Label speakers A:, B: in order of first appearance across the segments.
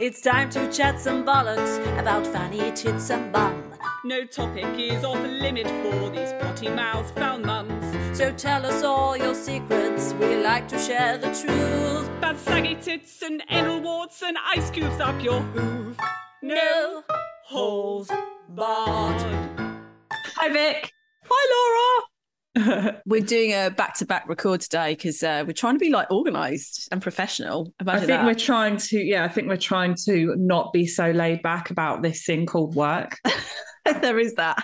A: It's time to chat some bollocks about fanny tits and bum.
B: No topic is off limit for these potty mouth foul mums.
A: So tell us all your secrets. We like to share the truth.
B: Bad saggy tits and anal warts and ice cubes up your hoof.
A: No holes barred.
C: Hi Vic.
B: Hi Laura.
C: We're doing a back-to-back record today because uh, we're trying to be like organised and professional.
D: I
C: Imagine
D: think
C: that.
D: we're trying to, yeah, I think we're trying to not be so laid back about this thing called work.
C: there is that.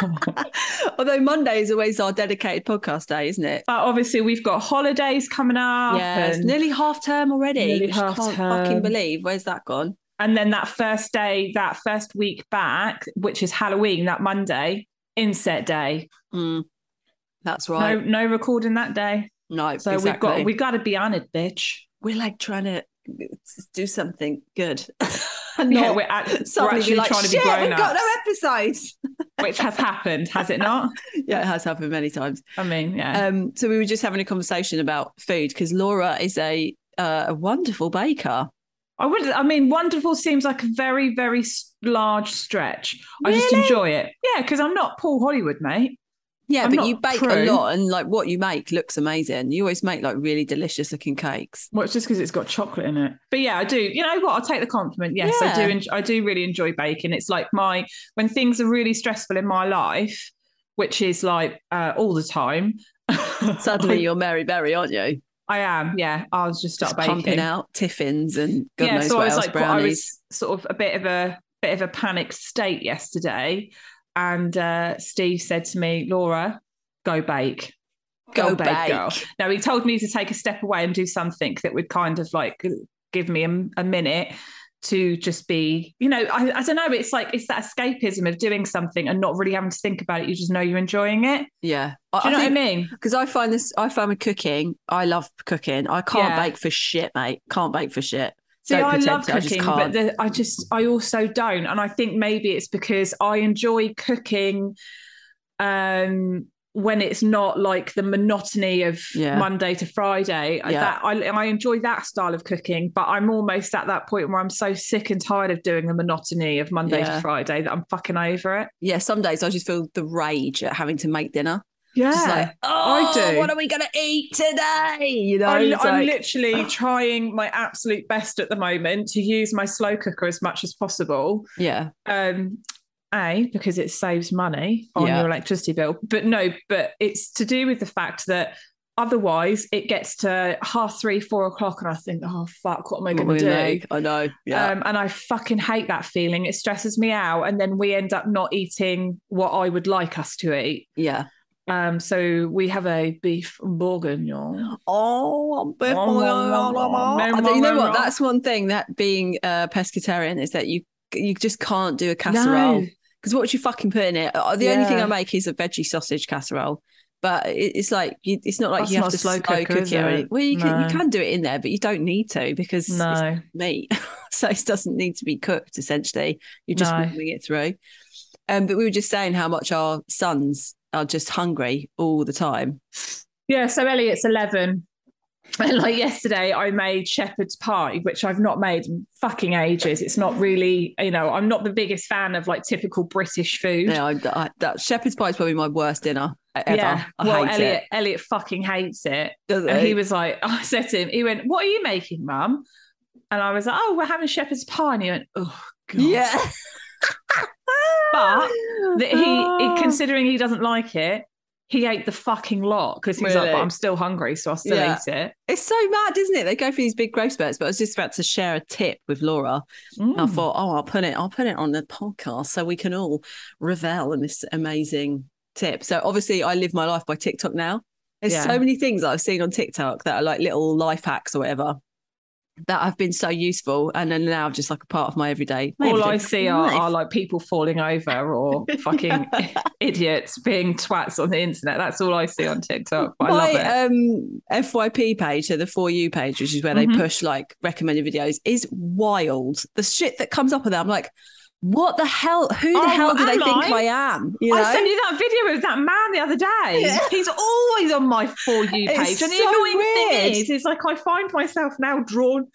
D: but
C: Although Monday is always our dedicated podcast day, isn't it?
D: obviously, we've got holidays coming up.
C: Yeah, it's
D: and,
C: nearly half term already.
D: Nearly
C: which I
D: half
C: can't
D: term.
C: fucking believe. Where's that gone?
D: and then that first day, that first week back, which is Halloween, that Monday, inset day.
C: Mm, that's right.
D: No, no recording that day.
C: No,
D: So
C: exactly.
D: we've got we've got to be on it, bitch.
C: we're like trying to s- do something good.
D: yeah,
C: Not
D: we're, act- we're
C: suddenly
D: actually
C: be like,
D: trying to be
C: shit,
D: grown
C: we've got
D: up,
C: no episodes.
D: which has happened, has it not?
C: Yeah, it has happened many times.
D: I mean, yeah.
C: Um, so we were just having a conversation about food because Laura is a uh, a wonderful baker.
D: I would. I mean, wonderful seems like a very, very s- large stretch. I just
C: Really?
D: enjoy it. Yeah, because I'm not Paul Hollywood, mate.
C: Yeah,
D: I'm
C: but
D: not
C: you bake
D: true.
C: a lot, and like what you make looks amazing. You always make like really delicious looking cakes.
D: Well, it's just because it's got chocolate in it. But yeah, I do. You know what? I'll take the compliment. Yes, I
C: Yeah.
D: do. En- I do really enjoy baking. It's like my when things are really stressful in my life, which is like uh, all the time.
C: Suddenly,
D: I,
C: you're Mary Berry, aren't you?
D: I am. Yeah, I was just
C: Just
D: start
C: pumping
D: baking.
C: out tiffins and God knows
D: so
C: what
D: I was
C: else
D: like, quite- I
C: brownies.
D: was sort of a bit of a bit of a panicked state yesterday, and uh, Steve said to me, "Laura, go bake."
C: Go bake.
D: girl. No, he told me to take a step away and do something that would kind of like give me a, a minute to just be, you know, I, I don't know. It's like it's that escapism of doing something and not really having to think about it. You just know you're enjoying it.
C: Yeah,
D: Do you know what I mean?
C: Because I find this, I find with cooking, I love cooking. I can't
D: Yeah.
C: bake for shit, mate. Can't bake for shit.
D: See,
C: Don't
D: I
C: pretend
D: love
C: to, I just
D: cooking,
C: can't.
D: but the, I just, I also don't. And I think maybe it's because I enjoy cooking um, when it's not like the monotony of
C: Yeah.
D: Monday to Friday. I-
C: Yeah.
D: That, I, I enjoy that style of cooking, but I'm almost at that point where I'm so sick and tired of doing the monotony of Monday
C: Yeah.
D: to Friday that I'm fucking over it.
C: Yeah, some days I just feel the rage at having to make dinner.
D: Yeah.
C: Just like, oh,
D: I do.
C: what are we gonna eat today? You know,
D: I'm,
C: it's
D: I'm
C: like-
D: literally trying my absolute best at the moment to use my slow cooker as much as possible.
C: yeah,
D: um a because it saves money on
C: Yeah.
D: your electricity bill but no but it's to do with the fact that otherwise it gets to half three four o'clock and i think oh fuck what am i
C: what
D: going
C: we
D: to do
C: make. I know. Yeah,
D: um, and i fucking hate that feeling it stresses me out and then we end up not eating what i would like us to eat
C: yeah.
D: um so we have a beef bourguignon
C: Oh, I'm bit-
D: Nom, nom, nom, nom, nom.
C: I think- You know
D: Nom, nom,
C: what?
D: nom.
C: That's one thing that being a pescatarian is that you you just can't do a casserole.
D: No.
C: because what you fucking put in it? uh, The only thing
D: Yeah.
C: I make is a veggie sausage casserole, but it, it's like you, it's not like
D: That's
C: you have
D: not
C: to
D: a slow
C: slow cook,
D: cooker,
C: it.
D: is
C: or
D: it?
C: anything. Well, you can you
D: No.
C: can do it in there, but you don't need to because it's
D: no
C: meat, so it doesn't need to be cooked. Essentially, you're just
D: No.
C: warming it through. Um, but we were just saying how much our sons are just hungry all the time.
D: Yeah, so Elliot's 11. And like yesterday, I made shepherd's pie, which I've not made in fucking ages. It's not really, you know, I'm not the biggest fan of like typical British food.
C: No, I, I, that shepherd's pie is probably my worst dinner e-, ever.
D: Yeah.
C: I
D: well,
C: hate
D: Elliot,
C: it.
D: Elliot fucking hates it.
C: Does
D: And
C: it?
D: he was like, I said to him, he went, What are you making, mum? And I was like, Oh, we're having shepherd's pie. And he went, Oh, God.
C: yeah,
D: But that Oh, he,
C: Ah.
D: he considering he doesn't like it, he ate the fucking lot because he's like,
C: Really?
D: But I'm still hungry, so I'll still
C: Yeah.
D: eat it.
C: It's so mad, isn't it? They go for these big growth spurts, but I was just about to share a tip with Laura. And I
D: Mm.
C: thought, oh, I'll put it, I'll put it on the podcast so we can all revel in this amazing tip. So obviously I live my life by TikTok now. There's
D: Yeah.
C: so many things that I've seen on TikTok that are like little life hacks or whatever. that have been so useful and are now just like a part of my everyday. my
D: All
C: everyday
D: I see are,
C: life.
D: are like people falling over or fucking idiots being twats on the internet. That's all I see on TikTok. But I love
C: my
D: it.
C: um FYP page, so the for you page, which is where
D: Mhm.
C: they push like recommended videos, is wild. The shit that comes up with that, I'm like, what the hell? Who the
D: Oh,
C: hell do they
D: am
C: think
D: I?
C: I am? You know?
D: I sent you that video of that man the other day.
C: Yeah.
D: He's always on my for you
C: It's
D: page. and the
C: so
D: annoying thing
C: weird.
D: is, it's like I find myself now drawn.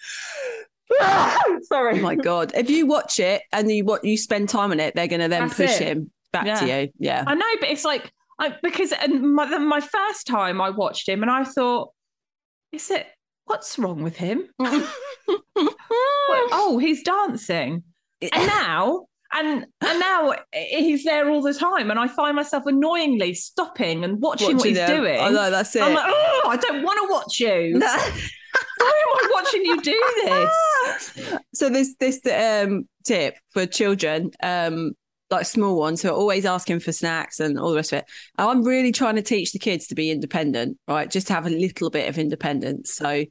C: oh
D: Sorry.
C: my god! If you watch it and you what you spend time on it, they're gonna then
D: That's
C: push
D: it.
C: him back
D: Yeah.
C: to you. Yeah.
D: I know, but it's like I, because and my, the- my first time I watched him, and I thought, is it what's wrong with him? Well, oh, he's dancing, and now. And and now he's there all the time, and I find myself annoyingly stopping and watching, what he's
C: them.
D: doing.
C: I know that's it.
D: I'm like, oh, I don't want to watch you. Why am I watching you do this?
C: so this this um tip for children um like small ones who are always asking for snacks and all the rest of it i'm really trying to teach the kids to be independent right just to have a little bit of independence so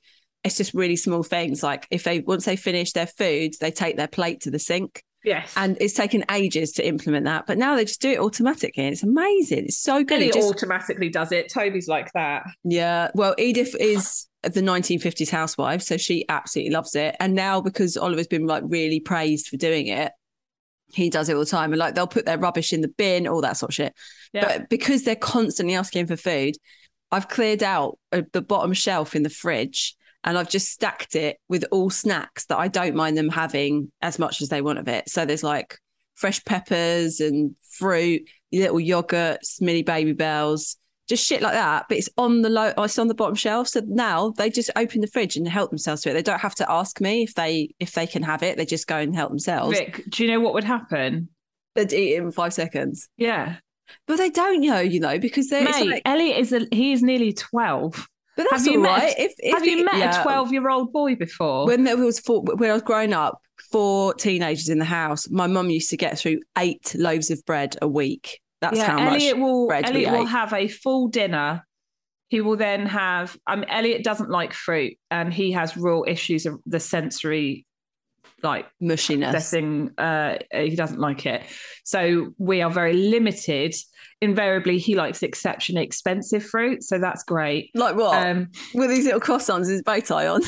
C: it's just really small things like if they once they finish their food they take their plate to the sink
D: Yes.
C: and it's taken ages to implement that but now they just do it automatically it's amazing it's so good
D: Billy
C: It just-
D: automatically does it. Toby's like that.
C: yeah. Well, Edith is the 1950s housewife, so she absolutely loves it. And now because Oliver's been like really praised for doing it, he does it all the time. And like they'll put their rubbish in the bin, all that sort of shit.
D: Yeah.
C: But because they're constantly asking for food, I've cleared out uh, the bottom shelf in the fridge and I've just stacked it with all snacks that I don't mind them having as much as they want of it. So there's like fresh peppers and fruit, little yogurts, mini baby bells, just shit like that. But it's on the low, it's on the bottom shelf. So now they just open the fridge and help themselves to it. They don't have to ask me if they if they can have it. They just go and help themselves.
D: Vic, do you know what would happen?
C: They'd eat it in five seconds.
D: Yeah.
C: But they don't know, you know, because they're it's
D: Mate,
C: like,
D: Elliot is a, he is nearly 12.
C: but
D: have
C: that's
D: you
C: all
D: met-
C: right. If, if
D: Have you
C: it-
D: met
C: yeah.
D: a 12 year old boy before?
C: when there was four, when I was growing up, four teenagers in the house, my mum used to get through eight loaves of bread a week. That's
D: yeah,
C: how
D: Elliot
C: much.
D: will
C: bread we
D: Elliot will
C: ate.
D: have a full dinner. He will then have um Elliot doesn't like fruit and he has real issues of the sensory like
C: Mushiness.
D: processing uh he doesn't like it so we are very limited invariably he likes exceptionally expensive fruit so that's great
C: Like what?
D: um
C: With these little croissants with his bow tie on.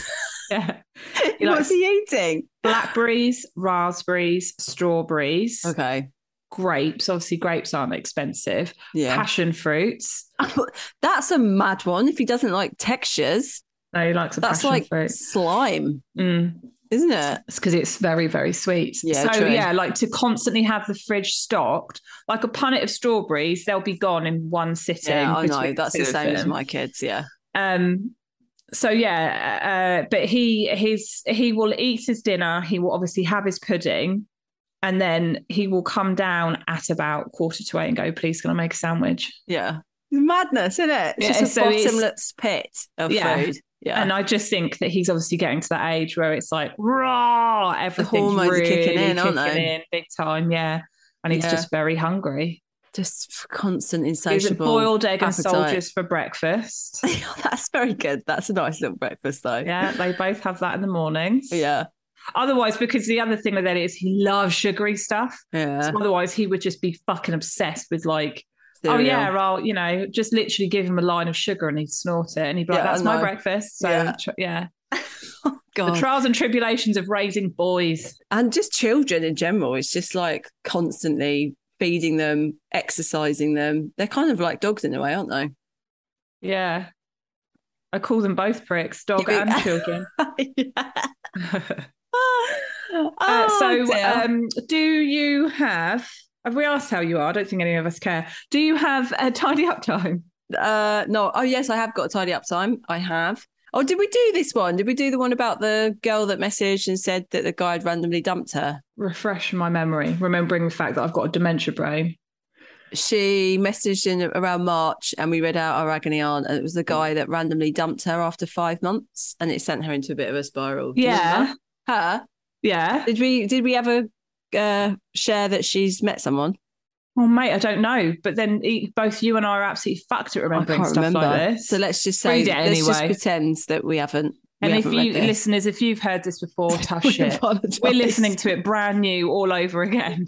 D: yeah He likes-
C: What's he eating?
D: Um, blackberries raspberries strawberries
C: Okay.
D: grapes obviously grapes aren't expensive
C: Yeah.
D: passion fruits
C: That's a mad one. If he doesn't like textures,
D: no he likes a
C: that's
D: passion
C: like
D: fruit
C: slime,
D: Mm.
C: isn't it?
D: It's because it's very, very sweet.
C: Yeah,
D: so
C: true.
D: yeah, like to constantly have the fridge stocked, like a punnet of strawberries, they'll be gone in one sitting.
C: Yeah, I know.
D: between
C: That's
D: two
C: the
D: of
C: same as
D: them.
C: my kids. Yeah.
D: Um, so yeah, uh, but he his he will eat his dinner. He will obviously have his pudding, and then he will come down at about quarter to eight and go, "Please, can I make a sandwich?"
C: Yeah. Madness, isn't it? It's
D: Yeah,
C: just a
D: so it's-
C: bottomless pit of
D: Yeah.
C: food. Yeah.
D: And I just think that he's obviously getting to that age where it's like, raw, everything's
C: hormones are
D: really
C: kicking in, aren't
D: kicking
C: they?
D: in big time, yeah. And he's
C: Yeah.
D: just very hungry.
C: just constant
D: He's a
C: insatiable.
D: boiled egg and
C: appetite.
D: soldiers for breakfast.
C: That's very good. That's a nice little breakfast, though.
D: yeah, they both have that in the mornings.
C: Yeah.
D: Otherwise, because the other thing with Elliot is he loves sugary stuff.
C: Yeah.
D: So otherwise, he would just be fucking obsessed with like, oh yeah, I'll you know just literally give him a line of sugar and he'd snort it and he'd be like,
C: Yeah, I
D: that's my
C: know.
D: breakfast. So
C: Yeah.
D: tr- yeah, the
C: God.
D: trials and tribulations of raising boys.
C: and just children in general. It's just like constantly feeding them, exercising them. They're kind of like dogs in a way, aren't they?
D: Yeah. I call them both pricks, dog
C: Yeah,
D: and
C: but-
D: children.
C: Uh,
D: Uh,
C: Oh,
D: so, um, do you have? Have we asked how you are? I don't think any of us care. Do you have a tidy up time?
C: uh, no. Oh, yes, I have got a tidy up time. I have. Oh, did we do this one? Did we do the one about the girl that messaged and said that the guy had randomly dumped her?
D: Refresh my memory, remembering the fact that I've got a dementia brain.
C: She messaged in around March and we read out our agony aunt, and it
D: Mm.
C: was the guy that randomly dumped her after five months and it sent her into a bit of a spiral. Do you remember? Her?
D: yeah.
C: Did we did we ever uh, share that she's met someone?
D: Well, Oh, mate, I don't know. But then e- both you and I are absolutely fucked at remembering stuff like this.
C: So let's just say
D: Read it
C: let's just
D: anyway.
C: pretend that we haven't.
D: And if
C: haven't read
D: you
C: this.
D: listeners, if you've heard this before, tough
C: We
D: shit.
C: apologise.
D: We're listening to it brand new all over again.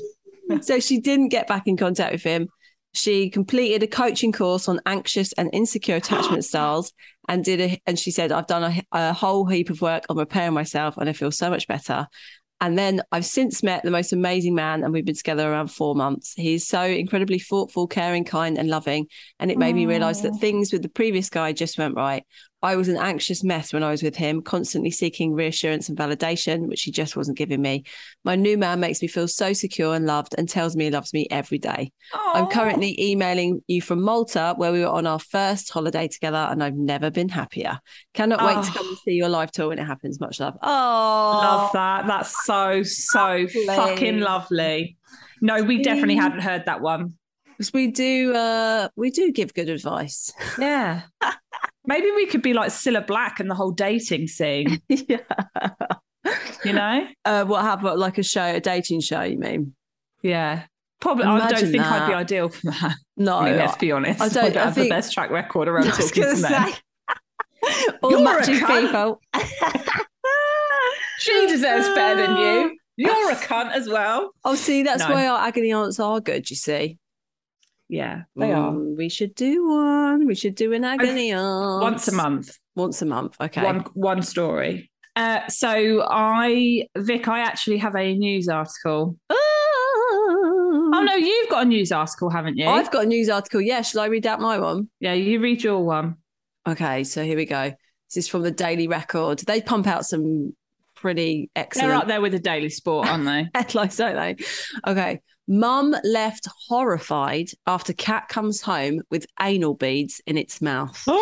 C: so she didn't get back in contact with him. She completed a coaching course on anxious and insecure attachment styles and did a, and she said, I've done a, a whole heap of work on repairing myself and I feel so much better. And then I've since met the most amazing man and we've been together around four months. He's so incredibly thoughtful, caring, kind, and loving. And it made me realize that things with the previous guy just went right. I was an anxious mess when I was with him, constantly seeking reassurance and validation, which he just wasn't giving me. My new man makes me feel so secure and loved and tells me he loves me every day. I'm currently emailing you from Malta, where we were on our first holiday together, and I've never been happier. Cannot wait to
D: Oh.
C: come and see your live tour when it happens. Much love. Oh,
D: Love that. That's so, so fucking lovely. No, we definitely hadn't heard that one.
C: 'Cause we do, uh, we do give good advice.
D: Yeah. Maybe we could be like Cilla Black and the whole dating scene,
C: yeah.
D: you know?
C: Uh, what have uh, like a show, a dating show? You mean?
D: Yeah. Probably, I don't
C: Imagine
D: think I'd be
C: that.
D: ideal for that.
C: No,
D: I mean, let's be honest.
C: I
D: I
C: don't-
D: don't,
C: I
D: have
C: think-
D: the best track record
C: I
D: around
C: was
D: talking
C: gonna
D: to men.
C: say. All
D: You're a
C: matching
D: cunt.
C: people.
D: She deserves better than you. You're a cunt as well.
C: Oh, see, that's
D: No.
C: why our agony aunts are good. You see,
D: Yeah, they are.
C: Mm, We should do one. We should do an agony aunt
D: Once a month.
C: Once a month. Okay.
D: One one story. Uh, so I, Vic, I actually have a news article.
C: Ah.
D: Oh no, you've got a news article, haven't you?
C: I've got a news article. Yeah, shall I read out my one?
D: yeah, you read your one.
C: Okay, so here we go. This is from the Daily Record. They pump out some pretty
D: They're
C: excellent
D: up there with the Daily Sport, aren't they?
C: headlines, don't they? Okay. Mum left horrified after cat comes home with anal beads in its mouth.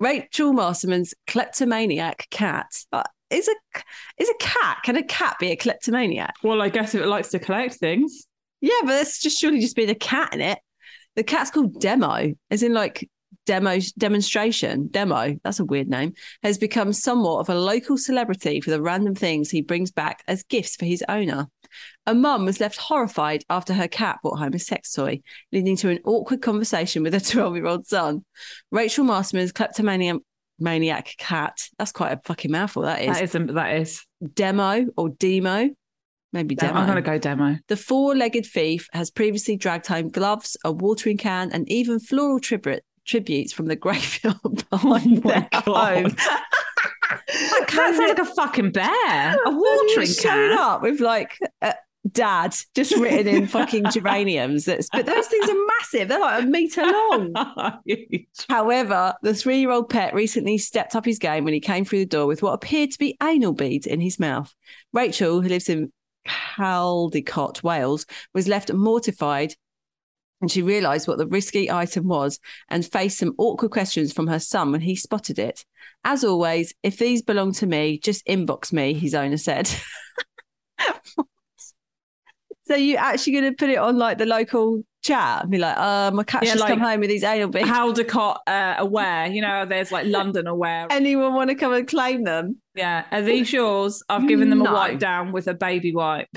C: Rachel Masterman's kleptomaniac cat. Uh, Is a is a cat? Can a cat be a kleptomaniac?
D: well, I guess if it likes to collect things.
C: Yeah, but that's just surely just being a cat in it. The cat's called Demo, as in like demo demonstration. Demo, that's a weird name, has become somewhat of a local celebrity for the random things he brings back as gifts for his owner. A mum was left horrified after her cat brought home a sex toy, leading to an awkward conversation with her 12 year old son. Rachel Masterman's kleptomaniac maniac cat, that's quite a fucking mouthful, that is.
D: That isn't. That is.
C: demo or Demo, maybe Demo.
D: I'm gonna go demo.
C: The four legged thief has previously dragged home gloves, a watering can, and even floral tribute, tributes from the graveyard behind
D: my
C: their
D: God.
C: home.
D: That cat sounds like a fucking bear. A watering
C: Showed
D: can.
C: up with like uh, dad just written in fucking geraniums. That's, but those things are massive. They're like a meter long. However, the three year old pet recently stepped up his game when he came through the door with what appeared to be anal beads in his mouth. Rachel, who lives in Caldecott, Wales, was left mortified and she realised what the risky item was and faced some awkward questions from her son when he spotted it. As always, if these belong to me, just inbox me, his owner said. so you actually going to put it on like the local chat and be like, uh, my cat's
D: Yeah,
C: just come
D: like-
C: home with these anal beads.
D: Haldecott uh, aware. You know, there's like London aware.
C: anyone want to come and claim them,
D: Yeah. Are these yours? I've given them
C: No.
D: a wipe down with a baby wipe.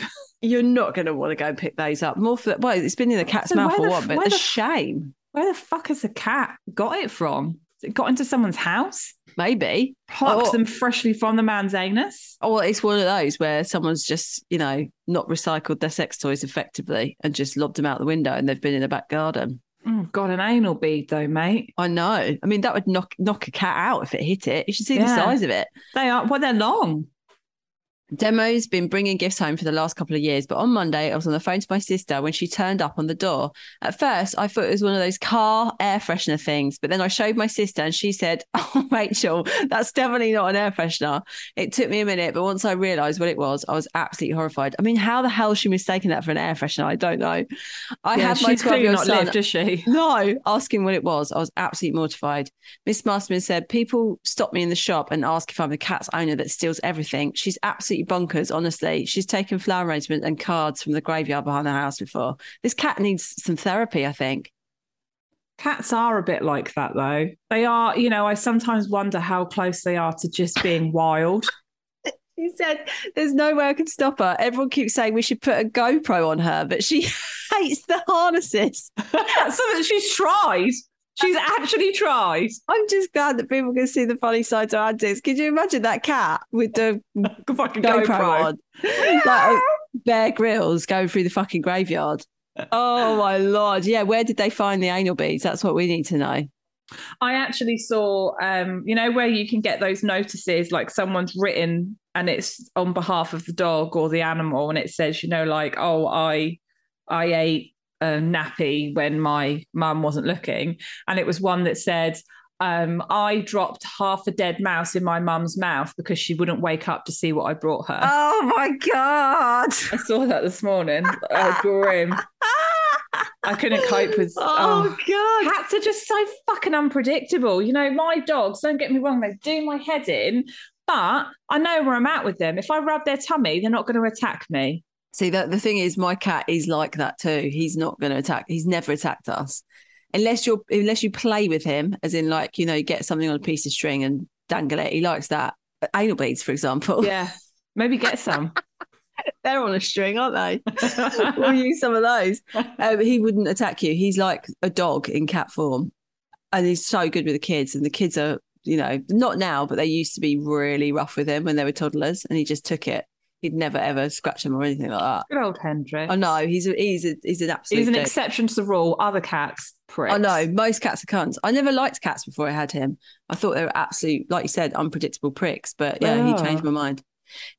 C: you're not going to want to go pick those up. More for well, it's been in the cat's
D: So
C: mouth
D: where
C: for
D: the
C: what,
D: f-
C: but
D: where
C: a
D: the f-
C: shame.
D: Where the fuck has the cat got it from? It got into someone's house,
C: Maybe,
D: plucked
C: Oh.
D: them freshly from the man's anus.
C: or it's one of those where someone's just you know not recycled their sex toys effectively and just lobbed them out the window, and they've been in the back garden.
D: Oh, God, an anal bead though, mate.
C: I know. I mean, that would knock knock a cat out if it hit it. You should see the
D: Yeah.
C: size of it.
D: They are. Well, they're long.
C: Demo's been bringing gifts home for the last couple of years, but on Monday I was on the phone to my sister when she turned up on the door. At first, I thought it was one of those car air freshener things, but then I showed my sister and she said, "Oh, Rachel, that's definitely not an air freshener." It took me a minute, but once I realised what it was, I was absolutely horrified. I mean, how the hell she mistaken that for an air freshener? I don't know. I
D: yeah,
C: had my
D: she's clearly
C: twelve-year-old
D: not
C: son
D: lived, is she?
C: no, asking what it was. I was absolutely mortified. Miss Masterman said, People stop me in the shop and ask if I'm the cat's owner that steals everything. She's absolutely bonkers, honestly. She's taken flower arrangements and cards from the graveyard behind the house before. This cat needs some therapy, I think.
D: Cats are a bit like that though. They are, you know, I sometimes wonder how close they are to just being wild.
C: She said, There's no way I can stop her. Everyone keeps saying we should put a GoPro on her, but she hates the harnesses.
D: so that she's tried. She's actually tried.
C: I'm just glad that people can see the funny side to our dicks. Could you imagine that cat with the
D: Fucking
C: GoPro,
D: GoPro.
C: on? like oh, Bear grills going through the fucking graveyard. Oh my lord. Yeah, where did they find the anal beads? That's what we need to know.
D: I actually saw, um, you know, where you can get those notices, like someone's written and it's on behalf of the dog or the animal, and it says, you know, like, oh, I, I ate a nappy when my mum wasn't looking, and it was one that said, um, I dropped half a dead mouse in my mum's mouth because she wouldn't wake up to see what I brought her.
C: Oh my god.
D: I saw that this morning. oh, grim. I couldn't cope with. um,
C: Oh, god.
D: Cats are just so fucking unpredictable. You know, my dogs, don't get me wrong, they do my head in, but I know where I'm at with them. If I rub their tummy, they're not going to attack me.
C: See that the thing is my cat is like that too. He's not gonna attack. He's never attacked us. Unless you're unless you play with him, as in like, you know, you get something on a piece of string and dangle it. He likes that. But anal beads, for example.
D: Yeah. Maybe get some.
C: They're on a string, aren't they? we'll use some of those. Um, he wouldn't attack you. He's like a dog in cat form, and he's so good with the kids. And the kids are, you know, not now, but they used to be really rough with him when they were toddlers, and he just took it. He'd never ever scratch him or anything like that.
D: Good old Hendrik.
C: I know he's a, he's a, he's an absolute.
D: He's an
C: dick.
D: exception to the rule. Other cats, pricks.
C: I know most cats are cunts. I never liked cats before I had him. I thought they were absolute, like you said, unpredictable pricks. But yeah, he
D: Yeah.
C: changed my mind.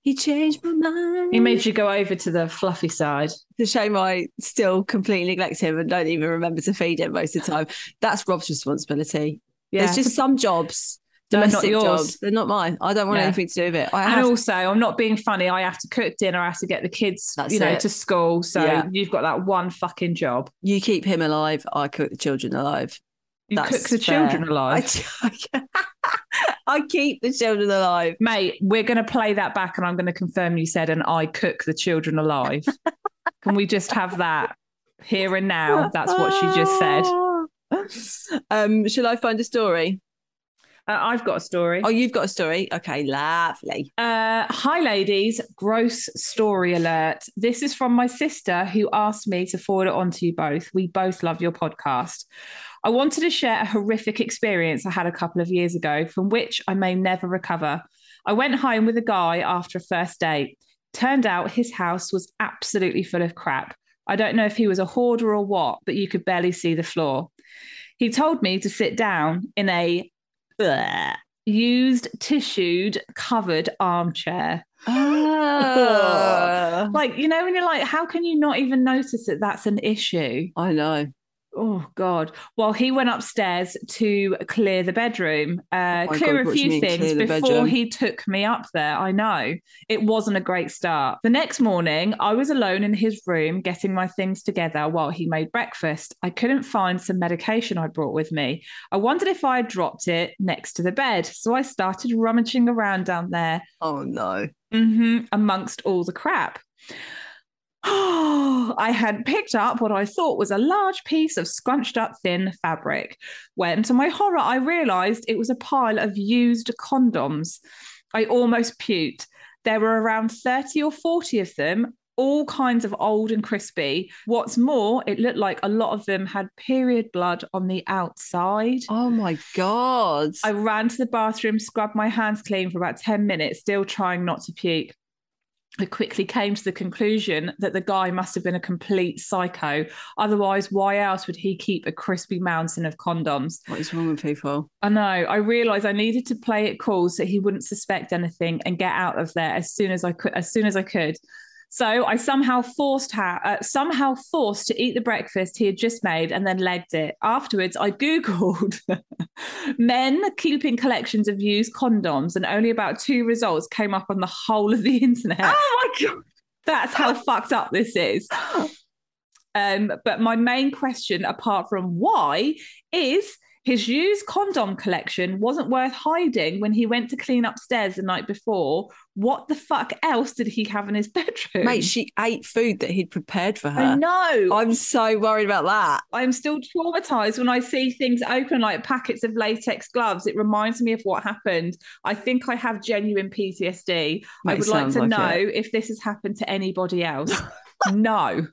C: He changed my mind.
D: Oh. He made you go over to the fluffy side.
C: the shame I still completely neglect him and don't even remember to feed him most of the time. That's Rob's responsibility.
D: Yeah.
C: There's just some jobs,
D: They're not
C: domestic
D: yours.
C: jobs, they're not mine. I don't want
D: Yeah.
C: anything to do with it. I
D: and
C: have,
D: also, I'm not being funny. I have to cook dinner. I have to get the kids,
C: That's
D: you know,
C: it.
D: to school. So
C: Yeah.
D: you've got that one fucking job.
C: you keep him alive. I cook the children alive.
D: You
C: That's
D: cook the
C: fair.
D: children
C: I,
D: alive.
C: I keep the children alive.
D: mate, we're going to play that back and I'm going to confirm you said, and I cook the children alive. Can we just have that here and now? That's what she just said. Uh,
C: said. Um, shall I find a story?
D: Uh, I've got a story.
C: Oh, you've got a story. Okay, lovely.
D: Uh, hi, ladies. Gross story alert. This is from my sister who asked me to forward it on to you both. We both love your podcast. I wanted to share a horrific experience I had a couple of years ago from which I may never recover. I went home with a guy after a first date. Turned out his house was absolutely full of crap. I don't know if he was a hoarder or what, but you could barely see the floor. He told me to sit down in a used, tissued, covered armchair.
C: Oh,
D: Like, you know, when you're like, how can you not even notice that that's an issue?
C: I know.
D: Oh, God. Well, he went upstairs to clear the bedroom,
C: Oh
D: uh,
C: my
D: clear
C: God,
D: a
C: what do you
D: few
C: mean,
D: things
C: clear the
D: before
C: bedroom?
D: he took me up there. I know it wasn't a great start. The next morning, I was alone in his room getting my things together while he made breakfast. I couldn't find some medication I brought with me. I wondered if I had dropped it next to the bed. So I started rummaging around down there
C: Oh no.
D: hmm amongst all the crap. I had picked up what I thought was a large piece of scrunched up thin fabric. When, to my horror, I realized it was a pile of used condoms. I almost puked. There were around 30 or 40 of them, all kinds of old and crispy. What's more, it looked like a lot of them had period blood on the outside.
C: Oh my god.
D: I ran to the bathroom, scrubbed my hands clean for about 10 minutes, still trying not to puke. I quickly came to the conclusion that the guy must have been a complete psycho. Otherwise, why else would he keep a crispy mountain of condoms?
C: what is wrong with people?
D: I know. I realized I needed to play it cool so he wouldn't suspect anything and get out of there as soon as I could. As soon as I could. So I somehow forced ha- uh, somehow forced to eat the breakfast he had just made and then legged it. Afterwards, I googled men keeping collections of used condoms, and only about two results came up on the whole of the internet.
C: Oh my god.
D: That's how fucked up this is. Um, but my main question, apart from why, is his used condom collection wasn't worth hiding when he went to clean upstairs the night before. What the fuck else did he have in his bedroom?
C: Mate, she ate food that he'd prepared for
D: I
C: her.
D: know.
C: I'm so worried about that.
D: I'm still traumatized when I see things open like packets of latex gloves. It reminds me of what happened. I think I have genuine PTSD. I
C: Mate,
D: would like
C: sounds
D: to
C: like
D: know
C: it.
D: if this has happened to anybody else. no.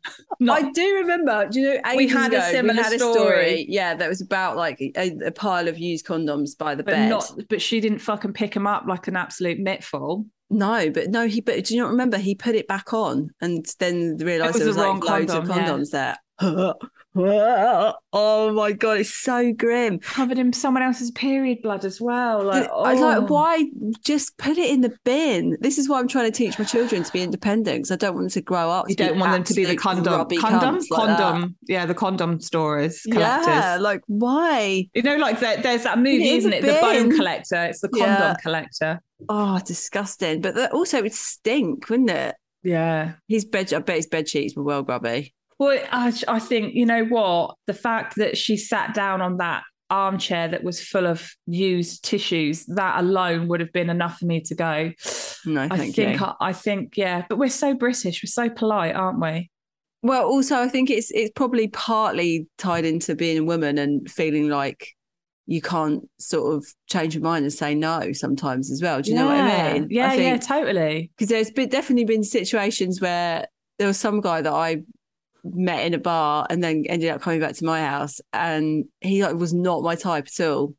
C: I do remember. Do you know?
E: We
C: ages
E: had a
C: ago,
E: similar story.
C: Yeah, that was about like a, a pile of used condoms by the
D: But
C: bed.
D: not but she didn't fucking pick him up like an absolute mittful.
C: no, but no, he. But do you not remember? He put it back on and then realised
D: was
C: there was
D: the wrong
C: like loads of
D: condom,
C: condoms there. oh my god, it's so grim.
D: Covered in someone else's period blood as well. Like,
C: I was
D: oh.
C: like, why just put it in the bin? This is why I'm trying to teach my children to be independent because I don't want them to grow up.
D: You don't want them to be the
C: absolute
D: condom.
C: grubby
D: Condom?
C: cunts like that.
D: condom. Yeah, the condom stores, collectors.
C: Yeah, like why?
D: You know, like there, there's that movie,
C: in
D: isn't
C: the
D: it? The bone
C: bin.
D: collector. It's the condom
C: Yeah.
D: collector.
C: Oh, disgusting. But that also it would stink, wouldn't it?
D: Yeah.
C: His bed, I bet his bed sheets were well grubby.
D: Well, I, I think, you know what? The fact that she sat down on that armchair that was full of used tissues, that alone would have been enough for me to go.
C: No,
D: I
C: thank
D: think,
C: you.
D: I, I think, yeah. But we're so British. We're so polite, aren't we?
C: well, also, I think it's it's probably partly tied into being a woman and feeling like you can't sort of change your mind and say no sometimes as well. Do you know what I mean?
D: Yeah,
C: I think,
D: yeah, totally.
C: because there's been, definitely been situations where there was some guy that I met in a bar and then ended up coming back to my house and he like was not my type at all.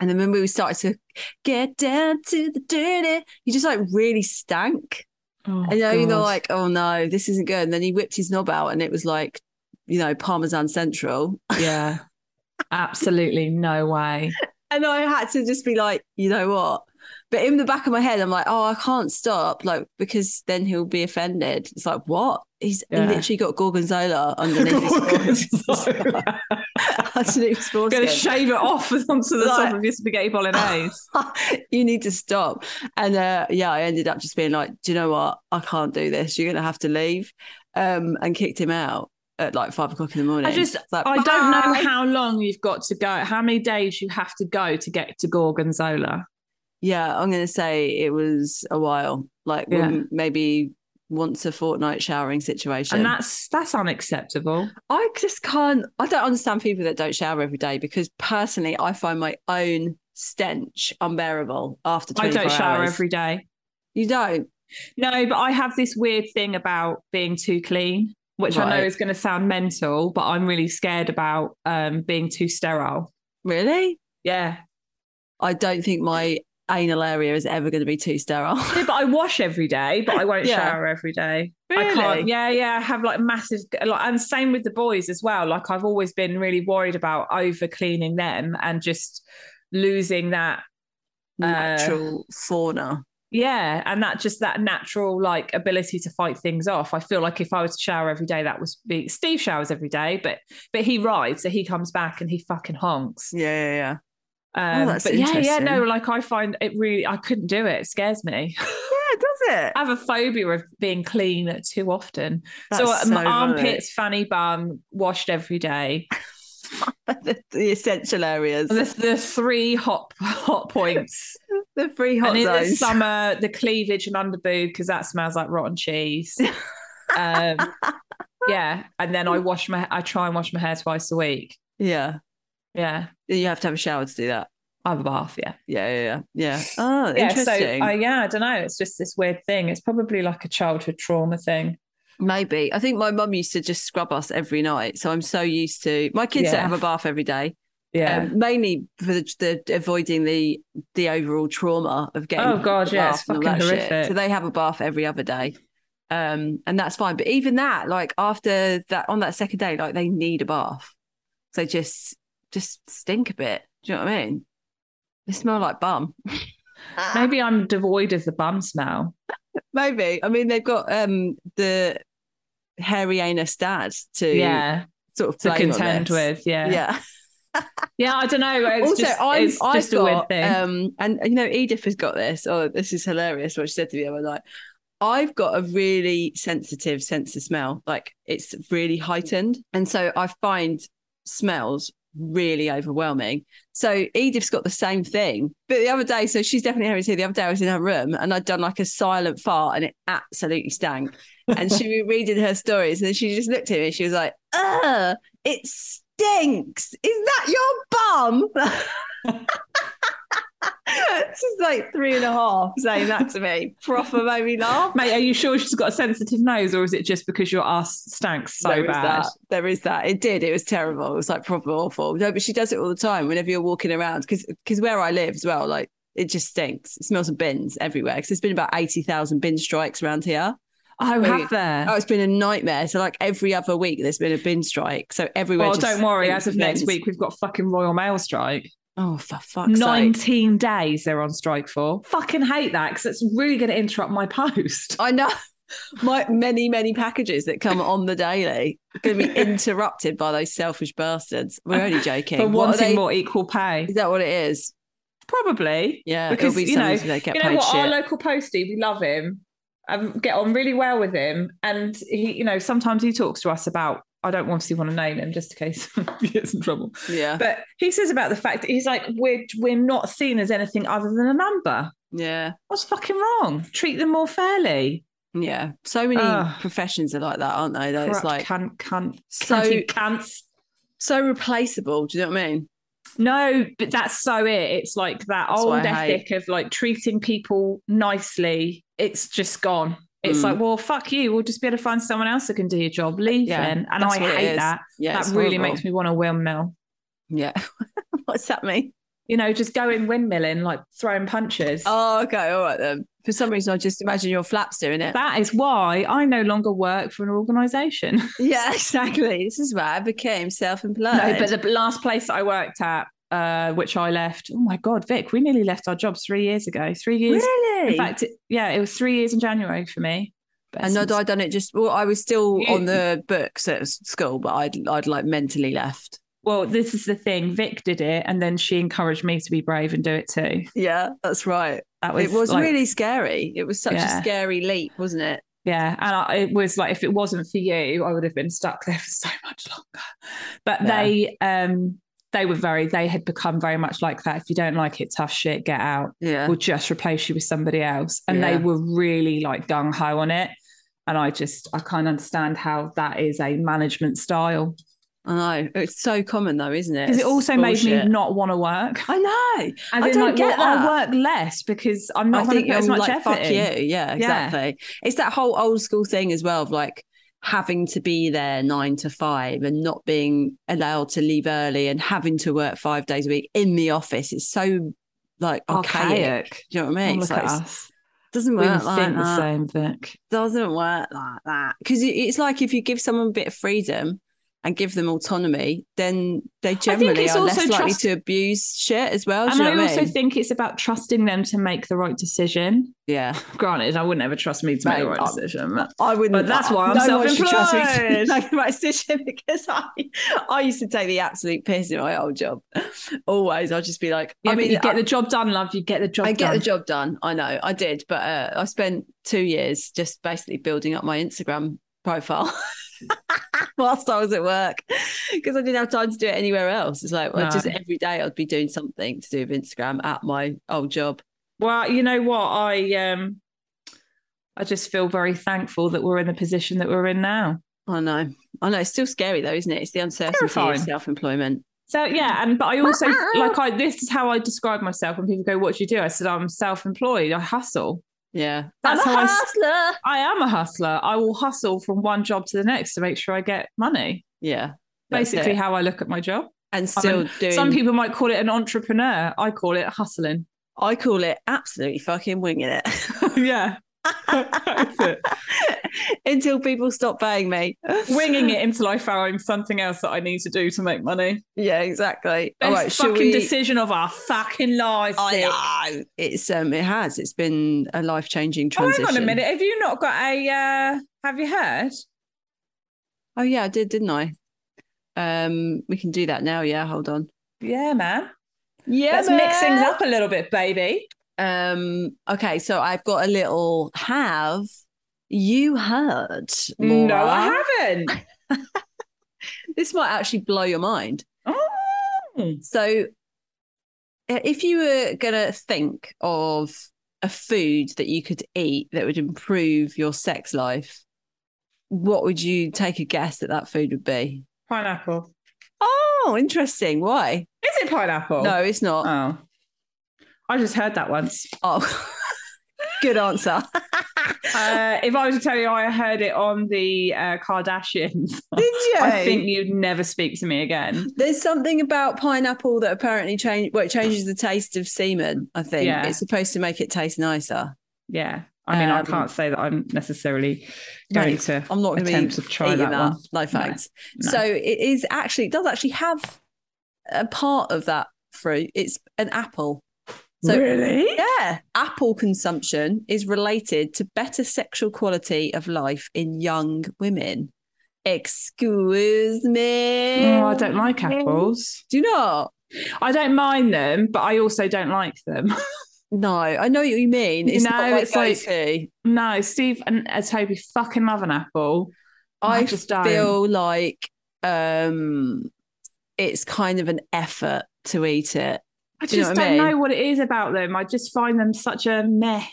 C: And then when we started to get down to the dirty, he just like really stank.
D: Oh,
C: and you know, you're
D: God.
C: like, oh no, this isn't good. And then he whipped his knob out and it was like, you know, Parmesan Central.
D: yeah, absolutely no way.
C: And I had to just be like, you know what? But in the back of my head, I'm like, oh, I can't stop, like because then he'll be offended. It's like, what? He's
D: Yeah.
C: literally got gorgonzola underneath his foreskin. underneath his
D: I'm going to
C: foreskin.
D: shave it off onto the
C: Like-
D: top of your spaghetti bolognese.
C: you need to stop. And uh, yeah, I ended up just being like, do you know what? I can't do this. You're gonna have to leave, um, and kicked him out at like five o'clock in the morning.
D: I just,
C: It's like,
D: I don't
C: "Bye."
D: know how long you've got to go, how many days you have to go to get to Gorgonzola.
C: Yeah, I'm gonna say it was a while, like
D: Yeah.
C: m- maybe once a fortnight showering situation.
D: And that's that's unacceptable.
C: I just can't. I don't understand people that don't shower every day because personally, I find my own stench unbearable after.
D: I
C: 24
D: don't shower
C: hours.
D: every day.
C: You don't.
D: No, but I have this weird thing about being too clean, which I know
C: Right.
D: is going to sound mental, but I'm really scared about um, being too sterile.
C: Really?
D: Yeah.
C: I don't think my anal area is ever going to be too sterile.
D: Yeah, but I wash every day, but I won't
C: Yeah.
D: shower every day. I can't. Yeah, yeah. I have like massive, like, and same with the boys as well. Like I've always been really worried about over cleaning them and just losing that.
C: Natural fauna.
D: Yeah, and that just that natural like ability to fight things off. I feel like if I was to shower every day, that was be Steve showers every day, but but he rides, so he comes back and he fucking honks.
C: Yeah, yeah, yeah.
D: Um,
C: Oh, that's
D: but yeah, yeah,
C: interesting.
D: no, like I find it really, I couldn't do it. It scares me.
C: Yeah, does it?
D: I have a phobia of being clean too often. so,
C: That's
D: my
C: so
D: armpits, fanny bum, washed every day.
C: the, the essential areas,
D: The, the three hot hot points.
C: the free hot
D: and in the
C: zones.
D: summer, the cleavage and underboob because that smells like rotten cheese. Um, yeah, and then I wash my I try and wash my hair twice a week.
C: yeah,
D: Yeah,
C: you have to have a shower to do that.
D: I have a bath. Yeah,
C: Yeah, yeah, yeah. yeah. Oh,
D: yeah. So
C: interesting.
D: I, yeah, I don't know. It's just this weird thing. It's probably like a childhood trauma thing.
C: Maybe. I think my mum used to just scrub us every night. So I'm so used to my kids
D: Yeah.
C: don't have a bath every day.
D: Yeah.
C: Um, mainly for the, the avoiding the the overall trauma of getting
D: Oh, God,
C: the
D: yeah,
C: bath
D: it's
C: and all
D: fucking
C: that shit.
D: horrific.
C: So they have a bath every other day. Um and that's fine. But even that, like after that on that second day, like they need a bath. So they just just stink a bit. Do you know what I mean? They smell like bum.
D: Um, Maybe I'm devoid of the bum smell.
C: Maybe. I mean they've got um the hairy anus dad to
D: yeah,
C: sort of
D: to
C: blame on
D: contend
C: this.
D: with. Yeah, yeah.
C: yeah.
D: I don't know. It's
C: also,
D: just,
C: I'm,
D: it's
C: I've
D: just a
C: got,
D: weird thing.
C: Um, and you know, Edith has got this. Oh, this is hilarious. What she said to me the other night. I've got a really sensitive sense of smell. Like it's really heightened, and so I find smells really overwhelming. So Edith's got the same thing. But the other day, so she's definitely having to. The other day, I was in her room and I'd done like a silent fart, and it absolutely stank. And she was reading her stories, and then she just looked at me. and She was like, "Ugh, it stinks. Is that your bum?" She's like three and a half saying that to me. Proper made me laugh.
D: Mate, are you sure she's got a sensitive nose, or is it just because your ass stanks so
C: there is
D: bad?
C: that. There is that. It did. It was terrible. It was like proper awful. No, but she does it all the time whenever you're walking around because where I live as well, like it just stinks. It smells of bins everywhere because there's been about 80,000 bin strikes around here.
D: Oh,
C: Wait.
D: have there?
C: Oh, it's been a nightmare. So, like every other week, there's been a bin strike. So, everywhere.
D: well,
C: just
D: don't worry.
C: stinks
D: As of next
C: bins.
D: week, we've got fucking Royal Mail strike.
C: Oh, for fuck's sake.
D: Nineteen days they're on strike for. Fucking hate that because it's really going to interrupt my post.
C: I know. My many, many packages that come on the daily are going to be interrupted by those selfish bastards. We're only joking.
D: For
C: What are
D: wanting
C: they-
D: more equal pay,
C: Is that what it is?
D: probably.
C: Yeah,
D: because
C: it'll be
D: you know,
C: something they get
D: you know
C: paid
D: what? Our
C: shit.
D: local postie, we love him. I get on really well with him, and he, you know, sometimes he talks to us about. I don't obviously want to name him just in case he gets in trouble.
C: yeah,
D: But he says about the fact that he's like, we're we're not seen as anything other than a number.
C: yeah,
D: What's fucking wrong? Treat them more fairly.
C: yeah. So many
D: Ugh.
C: professions are like that, aren't they? That it's
D: Corrupt
C: like
D: cunt, cunt,
C: So-
D: cunty cunts.
C: so replaceable. Do you know what I mean?
D: No, but that's so it. It's like that
C: That's
D: old
C: what I
D: ethic of like treating people nicely. It's just gone. It's
C: Mm.
D: like, well, fuck you. We'll just be able to find someone else that can do your job. Leave
C: Yeah,
D: then. And
C: that's
D: I
C: what it
D: hate
C: is.
D: that.
C: Yeah,
D: that
C: it's
D: really
C: horrible.
D: makes me want to windmill.
C: Yeah. What's that mean?
D: You know, just going windmilling, like throwing punches.
C: Oh, okay, all right then. For some reason, I just imagine your flaps doing it.
D: That is why I no longer work for an organisation.
C: yeah, exactly. This is why I became self-employed.
D: No, but the last place that I worked at, uh, which I left, oh my God, Vic, we nearly left our jobs three years ago. Three years.
C: really,
D: In fact, it, yeah, it was three years in January for me. But
C: And I'd,
D: since-
C: I'd done it just. Well, I was still
D: You-
C: on the books at s- school, but I'd I'd like mentally left.
D: well, this is the thing. Vic did it, and then she encouraged me to be brave and do it too.
C: Yeah, that's right.
D: That was
C: it was
D: like-
C: really scary. It was such
D: Yeah.
C: a scary leap, wasn't it?
D: yeah. And I, it was like if it wasn't for you, I would have been stuck there for so much longer. But
C: Yeah.
D: they, um, they were very. They had become very much like that. If you don't like it, tough shit, get out.
C: Yeah,
D: we'll just replace you with somebody else. And
C: Yeah.
D: they were really like gung ho on it. And I just, I can't understand how that is a management style.
C: I know. It's so common though, isn't it?
D: Because it
C: It's
D: also made
C: bullshit.
D: me not want to work.
C: I know.
D: As
C: I
D: in,
C: don't
D: like,
C: get
D: well,
C: that.
D: I'll work less because I'm not
C: I
D: going to
C: think
D: put as
C: I'm
D: much
C: like
D: effort
C: fuck
D: in.
C: you. Yeah, exactly. It's that whole old school thing as well of like having to be there nine to five and not being allowed to leave early and having to work five days a week in the office. It's so like archaic. Do you know what I
D: Oh,
C: mean?
D: look
C: It's
D: at
C: like, it's-
D: us.
C: doesn't
D: We
C: work
D: would
C: like
D: think the
C: that.
D: same, Vic.
C: doesn't work like that because it's like if you give someone a bit of freedom and give them autonomy, then they generally
D: it's
C: are
D: also
C: less likely
D: trust-
C: to abuse shit as well. Do
D: and
C: you know
D: I
C: what
D: also
C: mean?
D: think it's about trusting them to make the right decision.
C: yeah,
D: Granted, I wouldn't ever trust me to make the
C: Mate,
D: right
C: I-
D: decision. but-
C: I wouldn't.
D: But that's why I'm
C: no one should trust me to
D: self-employed.
C: make the right decision because I, I used to take the absolute piss in my old job. Always, I'd just be like,
D: Yeah,
C: I
D: but
C: mean,
D: you get
C: I-
D: the job done, love. You get the job
C: I get
D: done.
C: the job done. I know I did, but uh, I spent two years just basically building up my Instagram profile whilst I was at work because I didn't have time to do it anywhere else. It's like well,
D: No.
C: just every day I'd be doing something to do with Instagram at my old job.
D: Well, you know what? I um I just feel very thankful that we're in the position that we're in now.
C: I know, I know. It's still scary though, isn't it? It's the uncertainty
D: Terrifying.
C: of self-employment.
D: So yeah, and but I also like I this is how I describe myself when people go, What do you do? I said, I'm self-employed, I hustle.
C: Yeah,
D: That's
C: I'm a
D: how I s-
C: hustler.
D: I am a hustler. I will hustle from one job to the next to make sure I get money.
C: Yeah, that's
D: Basically
C: it.
D: how I look at my job.
C: and
D: I'm
C: still
D: an-
C: doing.
D: Some people might call it an entrepreneur. I call it hustling.
C: I call it absolutely fucking winging it.
D: yeah. That's it.
C: Until people stop paying me.
D: Winging it until I find something else that I need to do to make money.
C: Yeah, exactly.
D: Best
C: shall
D: fucking
C: we-
D: decision of our fucking lives. Vic.
C: I know. It's um, it has. It's been a life changing
D: Oh,
C: transition.
D: hang on a minute. Have you not got a? Uh, have you heard?
C: Oh yeah, I did, didn't I? Um, we can do that now. Yeah, hold on.
D: Yeah, man.
C: Yeah,
D: Let's mix things up a little bit, baby.
C: Um, okay, so I've got a little. Have you heard?
D: No,
C: Laura?
D: I haven't.
C: This might actually blow your mind.
D: Oh.
C: So, uh, if you were gonna think of a food that you could eat that would improve your sex life, what would you take a guess that that food would be?
D: Pineapple.
C: Oh, interesting. Why? uh,
D: Is it pineapple?
C: No, it's not.
D: Oh. I just heard that once.
C: Oh, good answer.
D: Uh, if I was to tell you I heard it on the uh, Kardashians,
C: Did you?
D: I think you'd never speak to me again.
C: There's something about pineapple that apparently change well, it changes the taste of semen. I think
D: Yeah.
C: it's supposed to make it taste nicer.
D: Yeah. I mean, I
C: Um,
D: can't say that I'm necessarily going
C: Right.
D: to
C: I'm not going to
D: attempt
C: be
D: to try
C: eating
D: that, one.
C: No
D: No,
C: thanks.
D: no.
C: So it is actually it does actually have a part of that fruit. It's an apple. So
D: really?
C: yeah, apple consumption is related to better sexual quality of life in young women. Excuse me.
D: Oh, I don't like apples.
C: Do you not?
D: I don't mind them, but I also don't like them.
C: No, I know what you mean.
D: You
C: It's
D: know,
C: not my
D: it's like-
C: go-to.
D: no, Steve and uh, Toby fucking love an apple. I
C: I
D: just don't.
C: feel like um it's kind of an effort to eat it.
D: I
C: Do you know
D: just
C: what I
D: don't
C: mean?
D: know what it is about them. I just find them such a meh,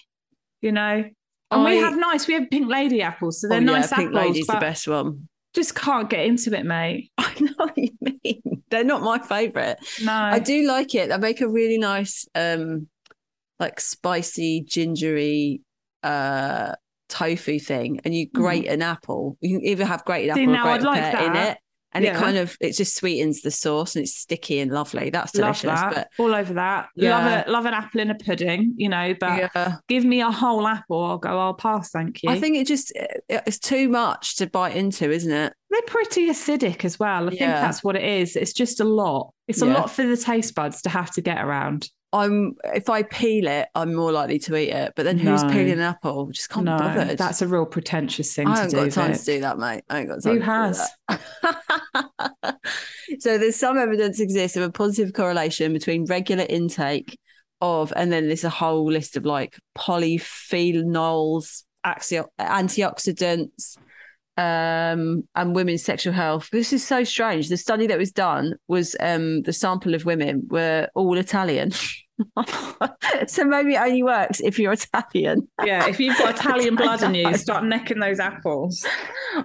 D: you know. And we
C: I-
D: have nice, we have pink lady apples, so they're
C: Oh, yeah,
D: nice
C: Pink
D: apples,
C: Lady's
D: but
C: the best one.
D: just can't get into it, mate.
C: I know what you mean. They're not my favorite.
D: No,
C: I do like it. They make a really nice, um, like spicy, gingery, uh, tofu thing, and you grate an apple. You can either have grated
D: Mm-hmm. See,
C: apple
D: now
C: or
D: I'd
C: grated
D: like
C: pear in
D: that.
C: it, and it
D: Yeah.
C: kind of it just sweetens the sauce, and it's sticky and lovely. That's
D: love
C: delicious.
D: that.
C: But
D: All over that.
C: Yeah.
D: Love it. Love an apple in a pudding, you know. But
C: yeah.
D: give me a whole apple, I'll go. I'll pass, thank you.
C: I think it just it- it's too much to bite into, isn't it?
D: they're pretty acidic as well. I think
C: Yeah.
D: that's what it is. It's just a lot. It's a
C: Yeah.
D: lot for the taste buds to have to get around.
C: I'm if I peel it, I'm more likely to eat it. But then who's
D: No.
C: peeling an apple? Just can't
D: no,
C: be bothered.
D: that's a real pretentious thing
C: I
D: to
C: haven't
D: do.
C: got time
D: Vic.
C: to do that, mate. I ain't got time.
D: Who
C: to do
D: has?
C: that. so there's some evidence exists of a positive correlation between regular intake of, and then there's a whole list of like polyphenols, axio- antioxidants, um, and women's sexual health. This is so strange. The study that was done was um, the sample of women were all Italian. so maybe it only works if you're Italian.
D: Yeah, if you've got Italian blood in
C: I
D: you,
C: know.
D: start necking those apples.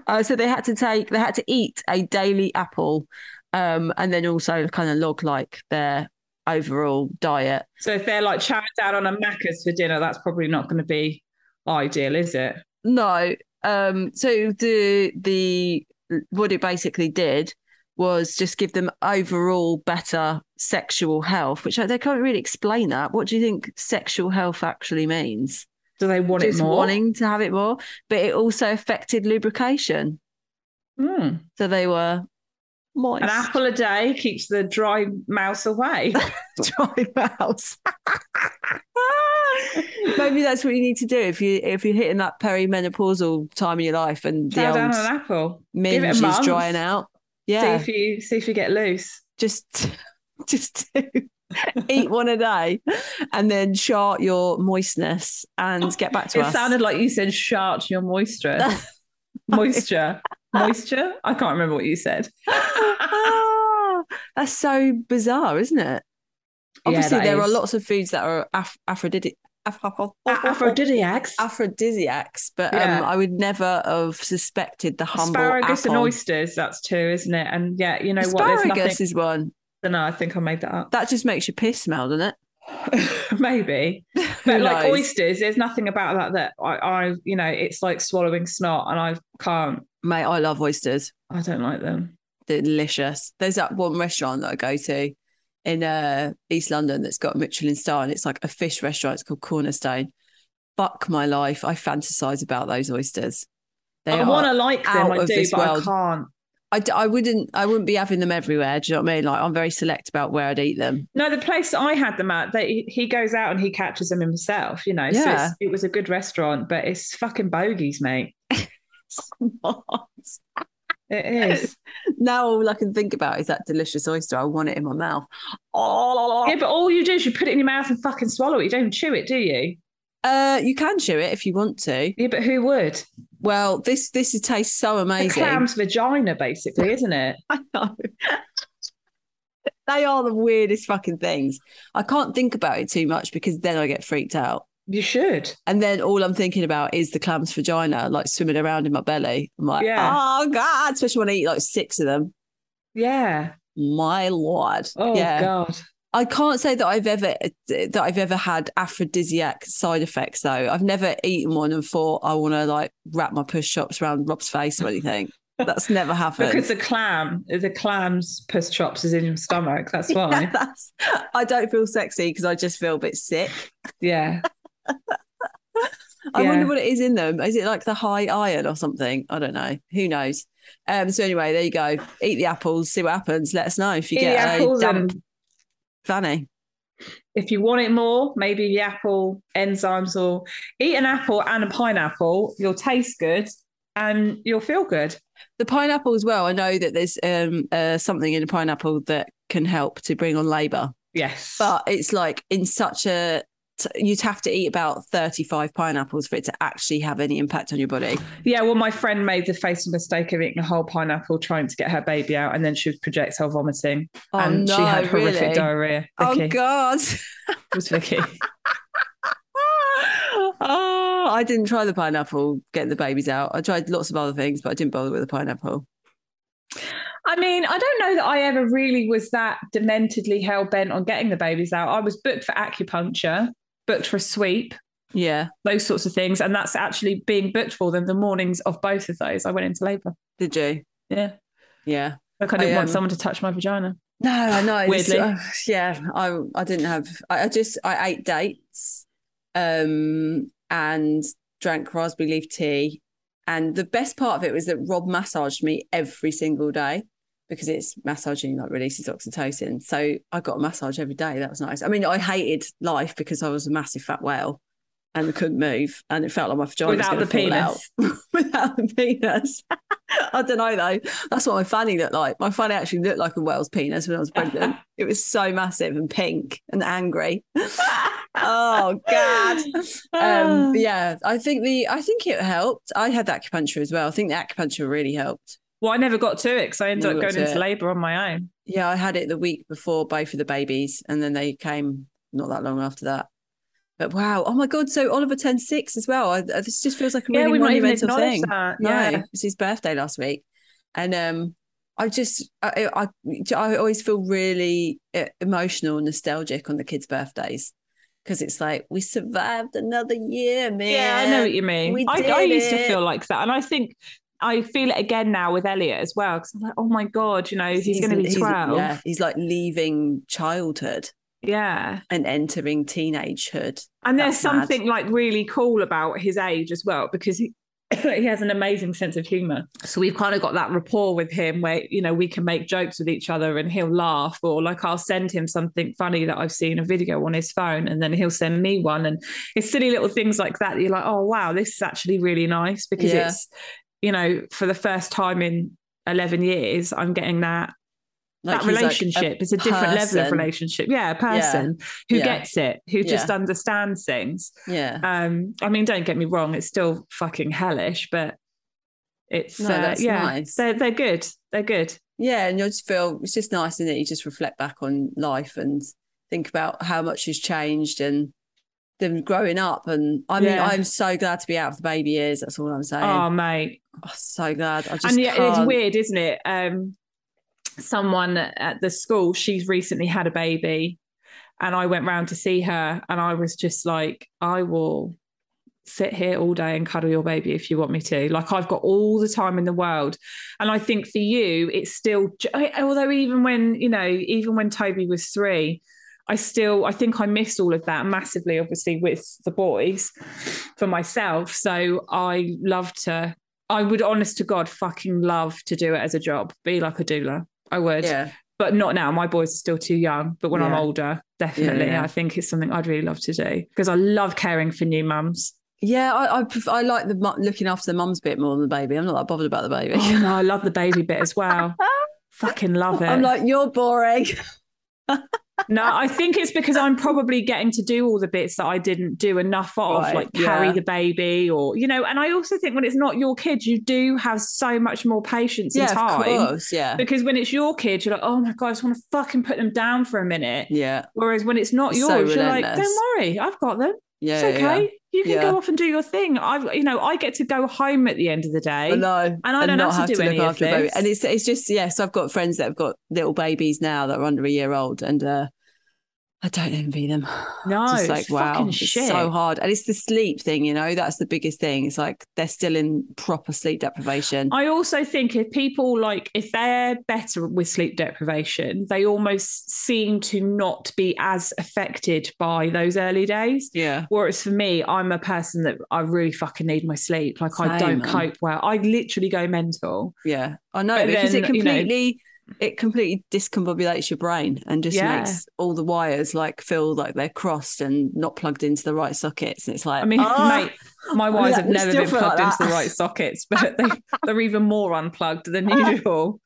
C: Uh, so they had to take, they had to eat a daily apple, um, and then also kind of log like their overall diet.
D: So if they're like chowing down on a Macca's for dinner, that's probably not going to be ideal, is it?
C: No, um, so the the what it basically did was just give them overall better sexual health, which I, they can't really explain that. What do you think sexual health actually means?
D: Do they want
C: Just
D: it more?
C: wanting to have it more, but it also affected lubrication.
D: Mm.
C: So they were moist.
D: An apple a day keeps the dry mouse away.
C: dry mouth. Maybe that's what you need to do if you if you're hitting that perimenopausal time of your life and
D: Chow
C: the old
D: down on an apple. Give it
C: minge
D: a
C: is
D: month.
C: drying out. Yeah,
D: See if you see if you get loose.
C: just just do. eat one a day, and then chart your moistness and get back to
D: it
C: us.
D: sounded like you said shart your moisture. moisture. moisture? I can't remember what you said.
C: Ah, that's so bizarre, isn't it? Obviously,
D: that
C: there are
D: is.
C: lots of foods that are af- aphrodidi- af-
D: A- Aphrodisiacs.
C: aphrodisiacs, but
D: Yeah.
C: um, I would never have suspected the humble
D: Asparagus
C: apple.
D: and oysters, that's two, isn't it? And yeah, you know what? There's
C: Asparagus
D: nothing.
C: is one
D: no, I think I made that up.
C: that just makes your piss smell, doesn't it?
D: Maybe.
C: Who
D: But like
C: knows?
D: oysters, there's nothing about that that I, I, you know, it's like swallowing snot and I can't,
C: Mate, I love oysters.
D: I don't like them.
C: They're delicious. There's that one restaurant that I go to in uh, East London that's got a Michelin star, and it's like a fish restaurant. It's called Cornerstone. Fuck my life! I fantasize about those oysters. They
D: I
C: are.
D: want to like them,
C: out
D: I
C: of
D: do,
C: this
D: but
C: world.
D: I can't.
C: I, d- I wouldn't. I wouldn't be having them everywhere. Do you know what I mean? Like I'm very select about where I'd eat them.
D: No, the place that I had them at, they, he goes out and he catches them himself, you know. So
C: Yeah.
D: it's, it was a good restaurant, but it's fucking bogeys, mate. It is.
C: now all I can think about is that delicious oyster. I want it in my mouth. Oh,
D: yeah, but all you do is you put it in your mouth and fucking swallow it. You don't even chew it, do you?
C: uh, you can chew it if you want to.
D: Yeah, but who would?
C: Well, this this is- tastes so
D: A
C: amazing.
D: clam's vagina, basically, isn't it?
C: I know. they are the weirdest fucking things. I can't think about it too much because then I get freaked out.
D: You should.
C: And then all I'm thinking about is the clam's vagina, like swimming around in my belly. I'm like,
D: Yeah.
C: oh god, especially when I eat like six of them.
D: Yeah.
C: My lord,
D: Oh
C: yeah.
D: God.
C: I can't say that I've ever that I've ever had aphrodisiac side effects though. I've never eaten one and thought I want to like wrap my push chops around Rob's face or anything. That's never happened.
D: Because the clam, the clam's puss chops is in your stomach. That's why.
C: Yeah, that's, I don't feel sexy because I just feel a bit sick.
D: Yeah.
C: I
D: Yeah.
C: wonder what it is in them. Is it like the high iron or something? I don't know. Who knows? Um, so anyway, there you go. Eat the apples, see what happens. Let us know if you
D: Eat the
C: get a
D: apples
C: damp
D: and
C: fanny.
D: if you want it more, maybe the apple enzymes or eat an apple and a pineapple. You'll taste good and you'll feel good.
C: The pineapple as well. I know that there's um uh, something in a pineapple that can help to bring on labour,
D: Yes.
C: but it's like in such a t- you'd have to eat about 35 pineapples for it to actually have any impact on your body.
D: yeah, well, my friend made the fatal mistake of eating a whole pineapple trying to get her baby out, and then she was projectile vomiting,
C: Oh
D: and
C: no,
D: she had horrific
C: really?
D: diarrhea. Vicky.
C: Oh god.
D: It was Vicky.
C: oh, I didn't try the pineapple getting the babies out. I tried lots of other things, but I didn't bother with the pineapple.
D: I mean, I don't know that I ever really was that dementedly hell bent on getting the babies out. I was booked for acupuncture, booked for a sweep,
C: Yeah,
D: those sorts of things. And that's actually being booked for them the mornings of both of those. I went into labour.
C: did you?
D: Yeah.
C: Yeah.
D: Like I didn't
C: I,
D: want
C: um,
D: someone to touch my vagina.
C: No, I know. it's-
D: Weirdly.
C: uh, yeah, I I didn't have. I, I just I ate dates, um, and drank raspberry leaf tea, and the best part of it was that Rob massaged me every single day because it's massaging like releases oxytocin. So I got a massage every day. That was nice. I mean, I hated life because I was a massive fat whale. And I couldn't move, and it felt like my vagina was
D: Without
C: gonna
D: the
C: fall out.
D: penis.
C: without the penis. I don't know though. That's what my fanny looked like. My fanny actually looked like a whale's penis when I was pregnant. it was so massive and pink and angry. oh God. Um, but yeah, I think the I think it helped. I had acupuncture as well. I think the acupuncture really helped.
D: Well, I never got to it because I ended
C: Never got
D: up going
C: to
D: into
C: it.
D: labour on my own.
C: Yeah, I had it the week before both of the babies, and then they came not that long after that. But wow, oh my god! So Oliver turned six as well. I, I- this just feels like a
D: yeah,
C: really
D: we might even
C: monumental
D: acknowledge
C: thing.
D: that.
C: No,
D: Yeah.
C: it was his birthday last week, and um, I just I, I I always feel really uh, emotional, and nostalgic on the kids' birthdays because it's like we survived another year, man.
D: Yeah, I know what you mean.
C: we
D: I,
C: did
D: I used to
C: it.
D: feel like that. And I think I feel it again now with Elliot as well. Because I'm like, oh my God, you know, he's, going to be 12.
C: yeah, he's like leaving childhood
D: yeah.
C: and entering teenagehood.
D: And there's
C: That's mad.
D: something like really cool about his age as well because he he has an amazing sense of humor. So we've kind of got that rapport with him where you know we can make jokes with each other and he'll laugh or like I'll send him something funny that I've seen a video on his phone and then he'll send me one and it's silly little things like that. that You're like, "Oh wow, this is actually really nice because
C: Yeah.
D: it's you know for the first time in 11 years I'm getting that
C: Like,
D: that
C: he's like a
D: relationship is a different level of
C: person.
D: relationship. Yeah, a person who
C: Yeah.
D: gets it, who just
C: Yeah.
D: understands things.
C: Yeah,
D: Um, I mean, don't get me wrong, it's still fucking hellish, but it's
C: No,
D: uh,
C: that's
D: yeah,
C: nice.
D: they're they're good. They're good.
C: yeah, and you just feel it's just nice, isn't it? You just reflect back on life and think about how much has changed and them growing up. And I mean,
D: Yeah.
C: I'm so glad to be out of the baby years. That's all I'm saying.
D: Oh mate,
C: I'm so glad. I just
D: and yeah,
C: can't.
D: it's weird, isn't it? Um, someone at the school, she's recently had a baby, and I went round to see her, and I was just like, I will sit here all day and cuddle your baby if you want me to. Like I've got all the time in the world, and I think for you, it's still. j- I- Although even when you know, even when Toby was three. I still, I think I missed all of that massively, obviously, with the boys for myself. So I love to I would, honest to God, fucking love to do it as a job, be like a doula. I would,
C: Yeah,
D: but not now. My boys are still too young. But when I'm
C: Yeah.
D: older, definitely,
C: yeah.
D: I think it's something I'd really love to do because I love caring for new mums.
C: yeah. I I, pref- I like the mu- looking after the mum's bit more than the baby. I'm not that bothered about the baby.
D: Oh, no, I love the baby bit as well. fucking love it.
C: I'm like, you're boring.
D: no, I think it's because I'm probably getting to do all the bits that I didn't do enough of,
C: Right,
D: like carry
C: yeah.
D: the baby or, you know, and I also think when it's not your kid, you do have so much more patience
C: yeah,
D: and time.
C: of course. Yeah,
D: Because when it's your kid, you're like, oh my God, I just want to fucking put them down for a minute.
C: yeah,
D: Whereas when it's not
C: It's
D: yours,
C: so
D: you're like,
C: relentless.
D: don't worry, I've got them.
C: yeah.
D: it's
C: yeah,
D: okay. You can
C: Yeah.
D: go off and do your thing. I've, you know, I get to go home at the end of the day.
C: Yeah. I know.
D: And I don't
C: not
D: have to do any of
C: a baby.
D: this.
C: And it's it's just yes, I've got friends that have got little babies now that are under a year old, and uh, I don't envy them.
D: No,
C: Just like
D: Oh, it's
C: wow,
D: fucking
C: it's
D: shit.
C: so hard, and it's the sleep thing. You know, that's the biggest thing. It's like they're still in proper sleep deprivation.
D: I also think if people like if they're better with sleep deprivation, they almost seem to not be as affected by those early days.
C: yeah,
D: Whereas for me, I'm a person that I really fucking need my sleep. Like I
C: Same,
D: don't
C: man.
D: cope well. I literally go mental.
C: yeah, I know
D: But
C: because
D: then,
C: it
D: you know-
C: completely. it completely discombobulates your brain and just
D: Yeah.
C: makes all the wires like feel like they're crossed and not plugged into the right sockets. And it's like,
D: I mean,
C: "Ah!"
D: mate, my
C: I mean,
D: wires have
C: we
D: never
C: still
D: been
C: feel like
D: plugged into
C: that.
D: the right sockets, but they, they're even more unplugged than
C: Ah.
D: usual.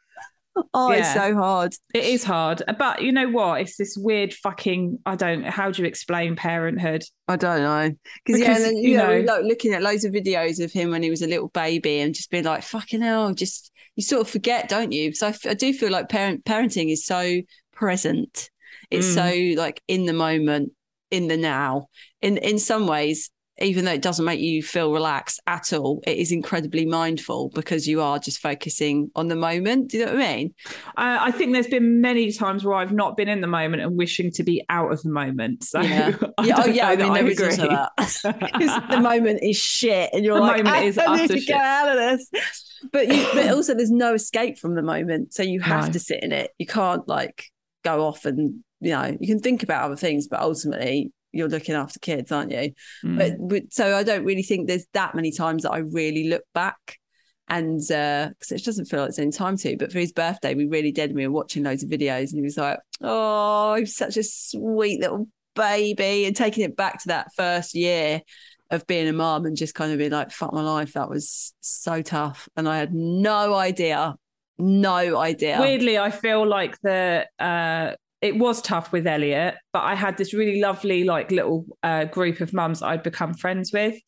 C: oh, it's
D: yeah.
C: so hard.
D: It is hard, but you know what? It's this weird fucking. I don't. How do you explain parenthood?
C: I don't know. Because yeah,
D: Because,
C: and then,
D: you
C: you know,
D: know-
C: like looking at loads of videos of him when he was a little baby and just being like, fucking hell, just you sort of forget, don't you? So I, f- I do feel like parent parenting is so present. It's
D: Mm.
C: so like in the moment, in the now. In in some ways, even though it doesn't make you feel relaxed at all, it is incredibly mindful because you are just focusing on the moment. Do you know what I mean?
D: I, I think there's been many times where I've not been in the moment and wishing to be out of the moment. So
C: Yeah.
D: I
C: yeah, oh
D: don't
C: yeah,
D: know
C: I
D: that
C: mean
D: I
C: there is
D: agree.
C: also that. 'Cause the moment is shit and you're
D: The
C: like,
D: moment
C: I
D: is
C: need
D: utter
C: to
D: shit."
C: get out of this. But you, but also there's no escape from the moment. So you have
D: No.
C: to sit in it. You can't like go off and you know, you can think about other things, but ultimately you're looking after kids, aren't you?
D: Mm.
C: But, but so I don't really think there's that many times that I really look back and because it doesn't feel like it's any time to. But for his birthday, we really did. We were watching loads of videos, and he was like, "Oh, he's such a sweet little baby," and taking it back to that first year of being a mum and just kind of being like, "Fuck my life, that was so tough," and I had no idea, no idea.
D: Weirdly, I feel like the uh, it was tough with Elliot, but I had this really lovely like little uh, group of mums that I'd become friends with.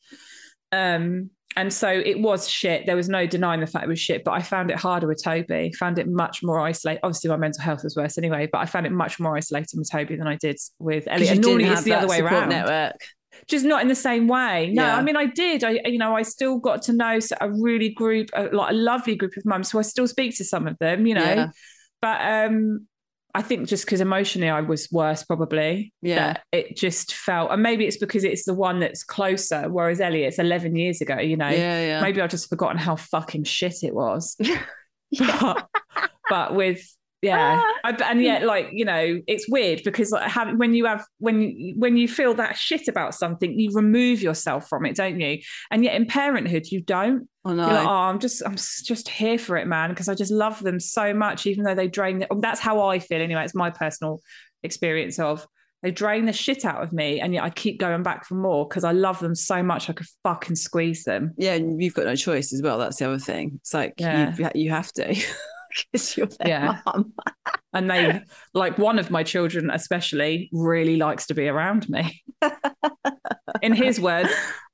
D: Um, and so it was shit. There was no denying the fact it was shit, but I found it harder with Toby. Found it much more isolated. Obviously, my mental health was worse anyway, but I found it much more isolating with Toby than I did with
C: 'Cause
D: Elliot.
C: you
D: And
C: didn't
D: normally it's
C: have
D: the
C: that
D: other way
C: support
D: around
C: Network.
D: just not in the same way. No,
C: Yeah.
D: I mean, I did. I, you know, I still got to know s- a really group, a, like a lovely group of mums who I still speak to some of them, you know.
C: Yeah.
D: But um, I think just because emotionally I was worse, probably.
C: Yeah.
D: that It just felt, and maybe it's because it's the one that's closer, whereas Elliot's 11 years ago, you know.
C: Yeah, yeah.
D: Maybe I've just forgotten how fucking shit it was. but, but with yeah, I, and yet like you know, it's weird because like having when you have when you, when you feel that shit about something, you remove yourself from it, don't you? And yet in parenthood, you don't.
C: I know.
D: You're like, oh, I'm just I'm s- just here for it, man, because I just love them so much, even though they drain. The, that's how I feel anyway. It's my personal experience of. They drain the shit out of me, and yet I keep going back for more because I love them so much. I could fucking squeeze them.
C: yeah, and you've got no choice as well. That's the other thing. It's like
D: Yeah.
C: you, you have to because you're their
D: Yeah.
C: mum.
D: and they like one of my children especially really likes to be around me in his words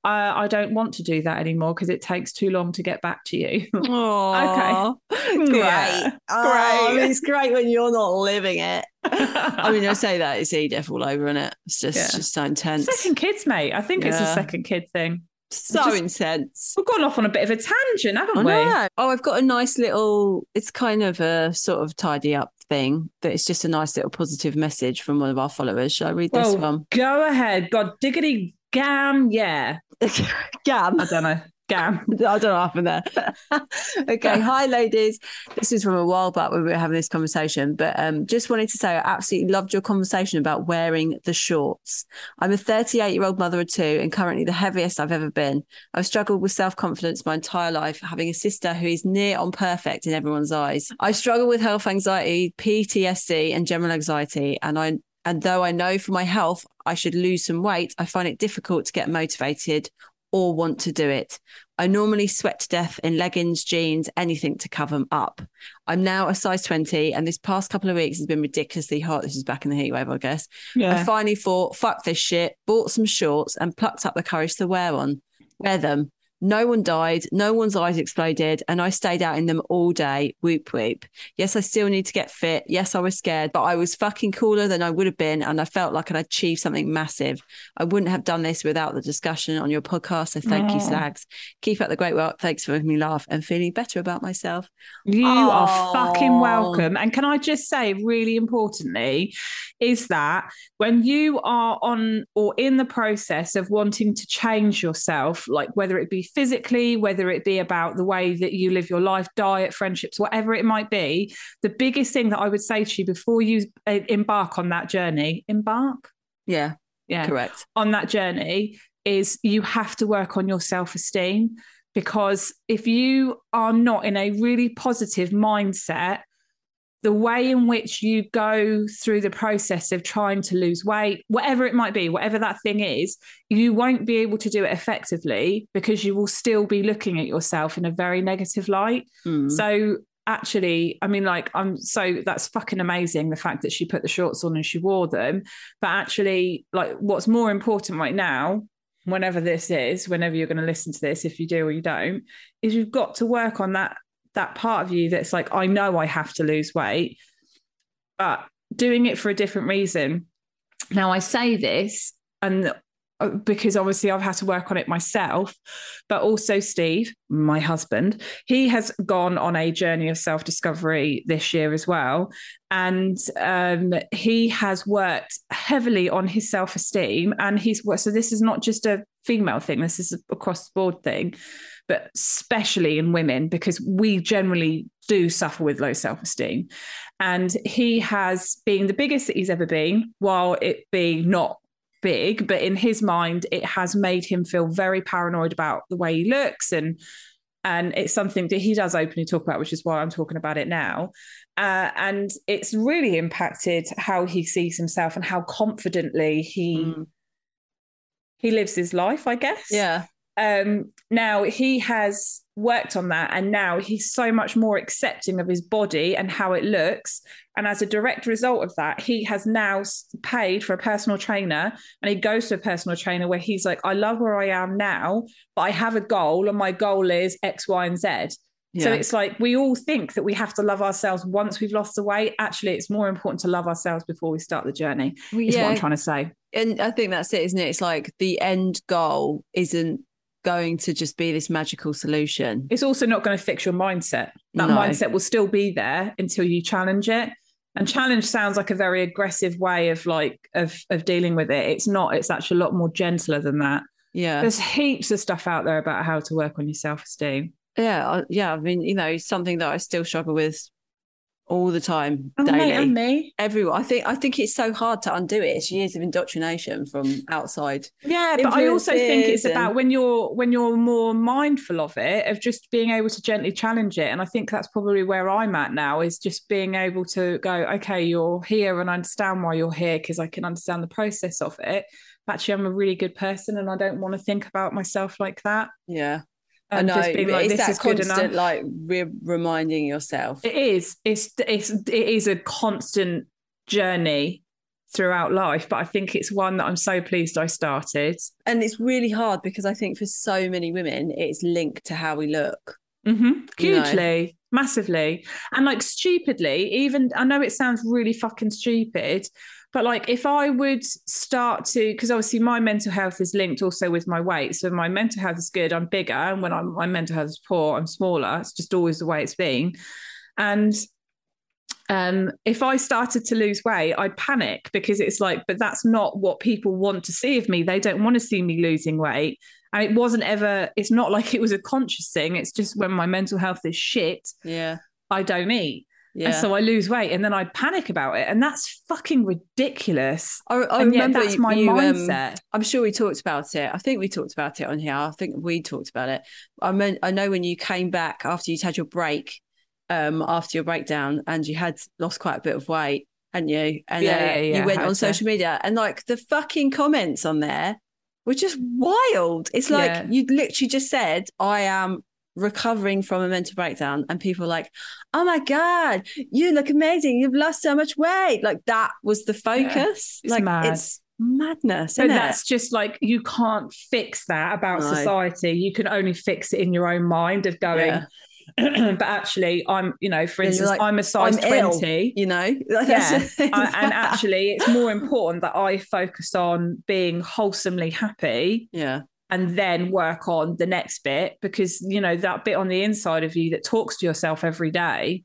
D: uh, i don't want to do that anymore because it takes too long to get back to you
C: Aw, great,
D: Yeah.
C: Oh, I
D: Great.
C: mean, it's great when you're not living it. I
D: i
C: mean, I say that it's Edith all over, isn't it? It's just
D: Yeah.
C: just so intense,
D: second kids mate i think it's a
C: Yeah.
D: second kid thing
C: so
D: just-
C: intense.
D: we've gone off on a bit of a tangent haven't
C: I
D: we
C: know. Oh, I've got a nice little. It's kind of a sort of tidy up thing, but it's just a nice little positive message from one of our followers. Shall I read this
D: well
C: one?
D: go ahead god diggity gam yeah
C: Gab.
D: i don't know gam
C: I don't know what happened there. okay. Hi, ladies. This is from a while back when we were having this conversation, but um, just wanted to say I absolutely loved your conversation about wearing the shorts. I'm a 38 year old mother of two and currently the heaviest I've ever been. I've struggled with self confidence my entire life, having a sister who is near on perfect in everyone's eyes. I struggle with health anxiety, PTSD, and general anxiety, and I and though I know for my health I should lose some weight, I find it difficult to get motivated or want to do it. I normally sweat to death in leggings, jeans, anything to cover 'em up. I'm now a size 20, and this past couple of weeks has been ridiculously hot. This is back in the heat wave, I guess. I
D: yeah
C: finally thought, fuck this shit, bought some shorts and plucked up the courage to wear one, wear them. No one died, no one's eyes exploded, and I stayed out in them all day. Whoop whoop. Yes, I still need to get fit. Yes, I was scared, but I was fucking cooler than I would have been, and I felt like I'd achieved something massive. I wouldn't have done this without the discussion on your podcast. So thank you,
D: Aw.
C: Slags. Keep up the great work. Thanks for making me laugh and feeling better about myself.
D: You
C: Oh.
D: are fucking welcome. And can I just say, really importantly, is that when you are on or in the process of wanting to change yourself, like whether it be physically, whether it be about the way that you live your life, diet, friendships, whatever it might be, the biggest thing that I would say to you before you uh, embark on that journey, embark?
C: Yeah,
D: Yeah
C: correct.
D: on that journey is you have to work on your self esteem because if you are not in a really positive mindset, the way in which you go through the process of trying to lose weight, whatever it might be, whatever that thing is, you won't be able to do it effectively because you will still be looking at yourself in a very negative light.
C: Mm.
D: So actually, I mean, like, I'm so that's fucking amazing the fact that she put the shorts on and she wore them. But actually, like, what's more important right now, whenever this is, whenever you're going to listen to this, if you do or you don't, is you've got to work on that that part of you that's like, I know I have to lose weight, but doing it for a different reason. Now I say this and uh, because obviously I've had to work on it myself, but also Steve, my husband, he has gone on a journey of self discovery this year as well. And um, he has worked heavily on his self esteem. And he's worked, so this is not just a female thing, this is a across the board thing, but especially in women, because we generally do suffer with low self esteem. And he has been the biggest that he's ever been, while it be not big, but in his mind, it has made him feel very paranoid about the way he looks and and it's something that he does openly talk about, which is why I'm talking about it now. Uh, and it's really impacted how he sees himself and how confidently he
C: Mm.
D: he lives his life, I guess
C: Yeah.
D: um now he has worked on that and now he's so much more accepting of his body and how it looks and as a direct result of that he has now s- paid for a personal trainer and he goes to a personal trainer where he's like I love where I am now but I have a goal and my goal is x y and z
C: Yeah.
D: so it's like we all think that we have to love ourselves once we've lost the weight actually it's more important to love ourselves before we start the journey
C: Well,
D: is what I'm
C: yeah.
D: trying to say
C: and I think that's it, isn't it? It's like the end goal isn't going to just be this magical solution.
D: it's also not going to fix your mindset. That
C: No.
D: mindset will still be there until you challenge it. And challenge sounds like a very aggressive way of like of of dealing with it. It's not. It's actually a lot more gentler than that.
C: Yeah.
D: There's heaps of stuff out there about how to work on your self esteem.
C: Yeah. I- Yeah. I mean, you know, it's something that I still struggle with all the time,
D: Oh, mate,
C: daily.
D: and me.
C: Everyone, I think, I think it's so hard to undo it. It's years of indoctrination from outside.
D: Yeah, but I also think
C: Influences
D: it's
C: and-
D: about when you're when you're more mindful of it, of just being able to gently challenge it. And I think that's probably where I'm at now is just being able to go, okay, you're here, and I understand why you're here because I can understand the process of it. Actually, I'm a really good person, and I don't want to think about myself like that.
C: Yeah, I
D: And
C: know.
D: just being
C: but
D: like,
C: it's
D: this
C: that
D: is good
C: constant,
D: enough.
C: like re- reminding yourself.
D: It is. It's it's it is a constant journey throughout life, but I think it's one that I'm so pleased I started.
C: and it's really hard because I think for so many women, it's linked to how we look.
D: Mm-hmm.
C: You know.
D: Hugely, massively. And like stupidly, even I know it sounds really fucking stupid, but like if I would start to, because obviously my mental health is linked also with my weight. So my mental health is good, I'm bigger. And when I'm, my mental health is poor, I'm smaller. It's just always the way it's been. And um, if I started to lose weight, I'd panic because it's like, but that's not what people want to see of me. They don't want to see me losing weight. And it wasn't ever, it's not like it was a conscious thing. It's just when my mental health is shit,
C: Yeah,
D: I don't eat.
C: yeah.
D: And so I lose weight and then I panic about it. And that's fucking ridiculous.
C: I, I
D: and yet
C: remember
D: that's my
C: you, um,
D: mindset.
C: I'm sure we talked about it. I think we talked about it on here. I think we talked about it. I mean, I know when you came back after you'd had your break, um, after your breakdown, and you had lost quite a bit of weight, hadn't you? And
D: Yeah,
C: uh,
D: yeah, yeah,
C: you went
D: had
C: on
D: to.
C: social media, and like the fucking comments on there were just wild. It's like
D: Yeah.
C: you literally just said, "I am." recovering from a mental breakdown and people were like oh my god you look amazing you've lost so much weight like that was the focus
D: It's
C: like
D: mad.
C: it's madness.
D: So
C: isn't it?
D: that's just like you can't fix that about
C: No.
D: society. You can only fix it in your own mind of going.
C: Yeah.
D: but actually, I'm you know, for
C: Yeah, you're
D: instance,
C: like,
D: I'm a size
C: I'm ill,
D: twenty.
C: you know.
D: Yeah, I- and actually, it's more important that I focus on being wholesomely happy
C: yeah,
D: and then work on the next bit because you know that bit on the inside of you that talks to yourself every day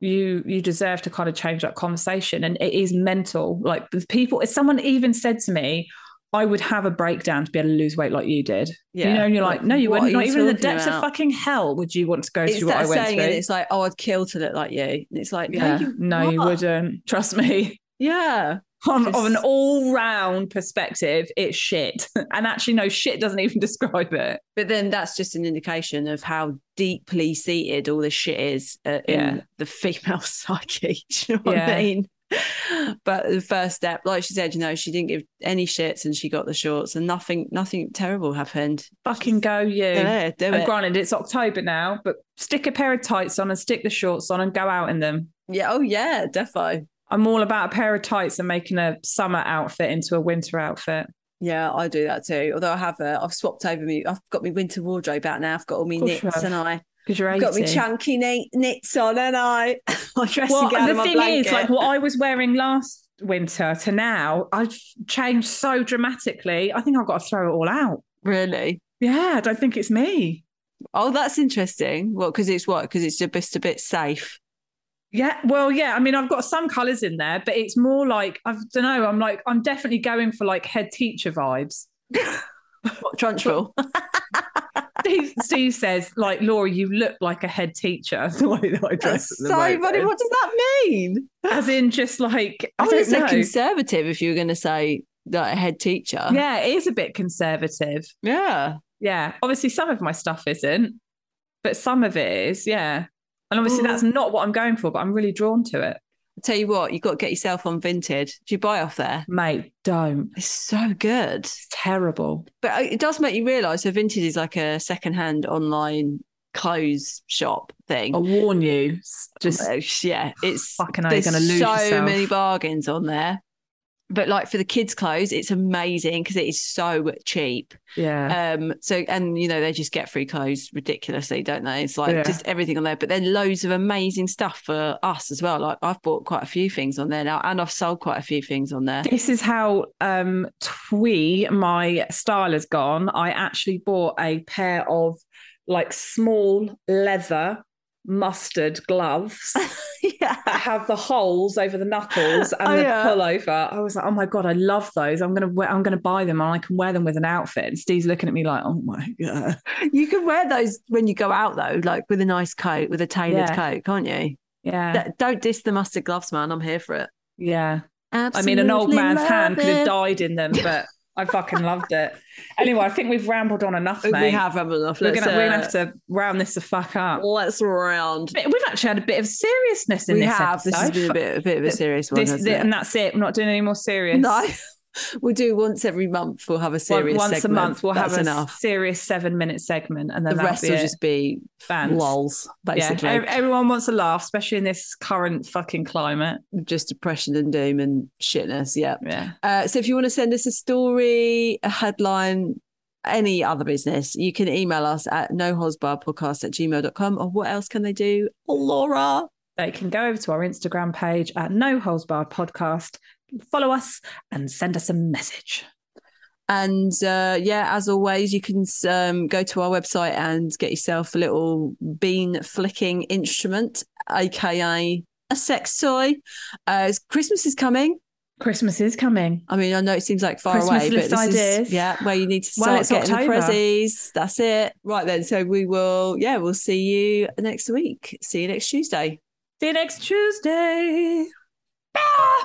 D: you you deserve to kind of change that conversation and it is mental like the people if someone even said to me i would have a breakdown to be able to lose weight like you did
C: yeah.
D: you know and you're like no you
C: what
D: wouldn't
C: are
D: not even in the
C: talking
D: depths
C: about?
D: of fucking hell would you want to go
C: It's
D: through what i
C: that
D: went
C: saying,
D: through
C: and it's like, oh, I'd kill to look like you. And it's like,
D: yeah
C: no, you,
D: no you
C: not.
D: wouldn't trust me
C: yeah.
D: on,
C: Just-
D: of an all-round perspective it's shit and actually no shit doesn't even describe it
C: But then that's just an indication of how deeply seated all this shit is uh, in
D: Yeah.
C: the female psyche. Do you know what
D: Yeah.
C: I mean? But the first step, like she said, you know, she didn't give any shits and she got the shorts, and nothing, nothing terrible happened.
D: fucking go you
C: Yeah, do
D: And
C: it.
D: granted, it's October now, but stick a pair of tights on and stick the shorts on and go out in them.
C: yeah. Oh yeah, defo.
D: I'm all about a pair of tights and making a summer outfit into a winter outfit.
C: Yeah, I do that too. Although I have, uh, I've swapped over me. I've got my winter wardrobe out now. I've got all my
D: Of course you
C: knits,
D: have.
C: and I
D: Because you're 80.
C: got my chunky knit, knits on, and I my dressing
D: well,
C: gown and
D: the
C: my
D: thing
C: blanket.
D: is, like what I was wearing last winter to now, I've changed so dramatically. I think I've got to throw it all out.
C: really,
D: Yeah, I don't think it's me.
C: Oh, that's interesting. Well, because it's what? Because it's just a bit safe.
D: Yeah, well, yeah. I mean, I've got some colours in there, but it's more like I don't know. I'm like, I'm definitely going for like head teacher vibes.
C: What trunchbull?
D: Steve, Steve says, like, Laura, you look like a head teacher the way that I dress.
C: That's
D: at the
C: so Oh, funny.
D: moment."
C: What does that mean?
D: As in, just like, I,
C: I, would
D: don't
C: say
D: know.
C: conservative if you were going to say that a head teacher.
D: yeah, it is a bit conservative.
C: Yeah.
D: Yeah. Obviously, some of my stuff isn't, but some of it is. Yeah. And obviously,
C: Mm.
D: that's not what I'm going for, but I'm really drawn to it.
C: I tell you what, you've got to get yourself on Vinted. Do you buy off there?
D: Mate, don't.
C: It's so good.
D: It's terrible.
C: But uh, it does make you realise so Vinted is like a secondhand online clothes shop thing.
D: I warn you. s- Just
C: Uh, yeah, it's
D: fucking hell, you're
C: there's
D: going to lose
C: so
D: yourself.
C: many bargains on there. But like for the kids' clothes, it's amazing because it is so cheap.
D: yeah.
C: Um, so and you know they just get free clothes ridiculously, don't they? It's like
D: Yeah.
C: just everything on there. But then loads of amazing stuff for us as well. Like I've bought quite a few things on there now, and I've sold quite a few things on there.
D: This is how um twee my style has gone. I actually bought a pair of like small leather mustard gloves
C: yeah,
D: that have the holes over the knuckles and
C: Oh,
D: the
C: yeah.
D: pullover. I was like, oh my god, I love those. I'm gonna wear, I'm gonna buy them and I can wear them with an outfit. And Steve's looking at me like, oh my god.
C: you can wear those when you go out though, like with a nice coat, with a tailored
D: Yeah.
C: coat, can't you?
D: Yeah.
C: That- don't diss the mustard gloves, man. I'm here for it.
D: yeah. I
C: Absolutely
D: mean, an old man's hand
C: love
D: could have
C: it.
D: died in them, but I fucking loved it. Anyway, I think we've rambled on enough, mate.
C: We have rambled enough.
D: We're
C: Let's,
D: gonna, we're gonna
C: uh,
D: have to round this the fuck up.
C: let's round.
D: Bit- We've actually had a bit of seriousness in
C: We
D: this
C: have. This has
D: episode.
C: been a bit, a bit of a
D: This-
C: serious one.
D: This-
C: hasn't
D: thi-
C: it?
D: and that's it. We're not doing any more serious.
C: No, we'll do once every month. We'll have a
D: One-
C: serious
D: once
C: segment.
D: a month, we'll
C: That's
D: have a
C: enough.
D: serious seven-minute segment, and
C: The
D: then that'll
C: rest
D: be
C: will
D: it.
C: just be
D: Bants.
C: lols,
D: Yeah,
C: basically,
D: ev- everyone wants a laugh, especially in this current fucking climate.
C: just depression and doom and shitness. Yeah.
D: Yeah,
C: Uh, so if you want to send us a story, a headline, any other business, you can email us at nohosbarpodcast at gmail.com. Or what else can they do? Laura.
D: they can go over to our Instagram page at No Holes Barred Podcast, follow us, and send us a message.
C: And uh, yeah, as always, you can um, go to our website and get yourself a little bean flicking instrument, aka a sex toy. Uh, it's- Christmas is coming.
D: Christmas is coming.
C: I mean, I know it seems like far
D: Christmas
C: away,
D: list
C: but this
D: ideas.
C: is yeah where you need to
D: Well,
C: start
D: it's
C: getting the
D: October.
C: prezzies. That's it, right then. So we will, yeah, we'll see you next week. See you next Tuesday.
D: See you next Tuesday. Bye.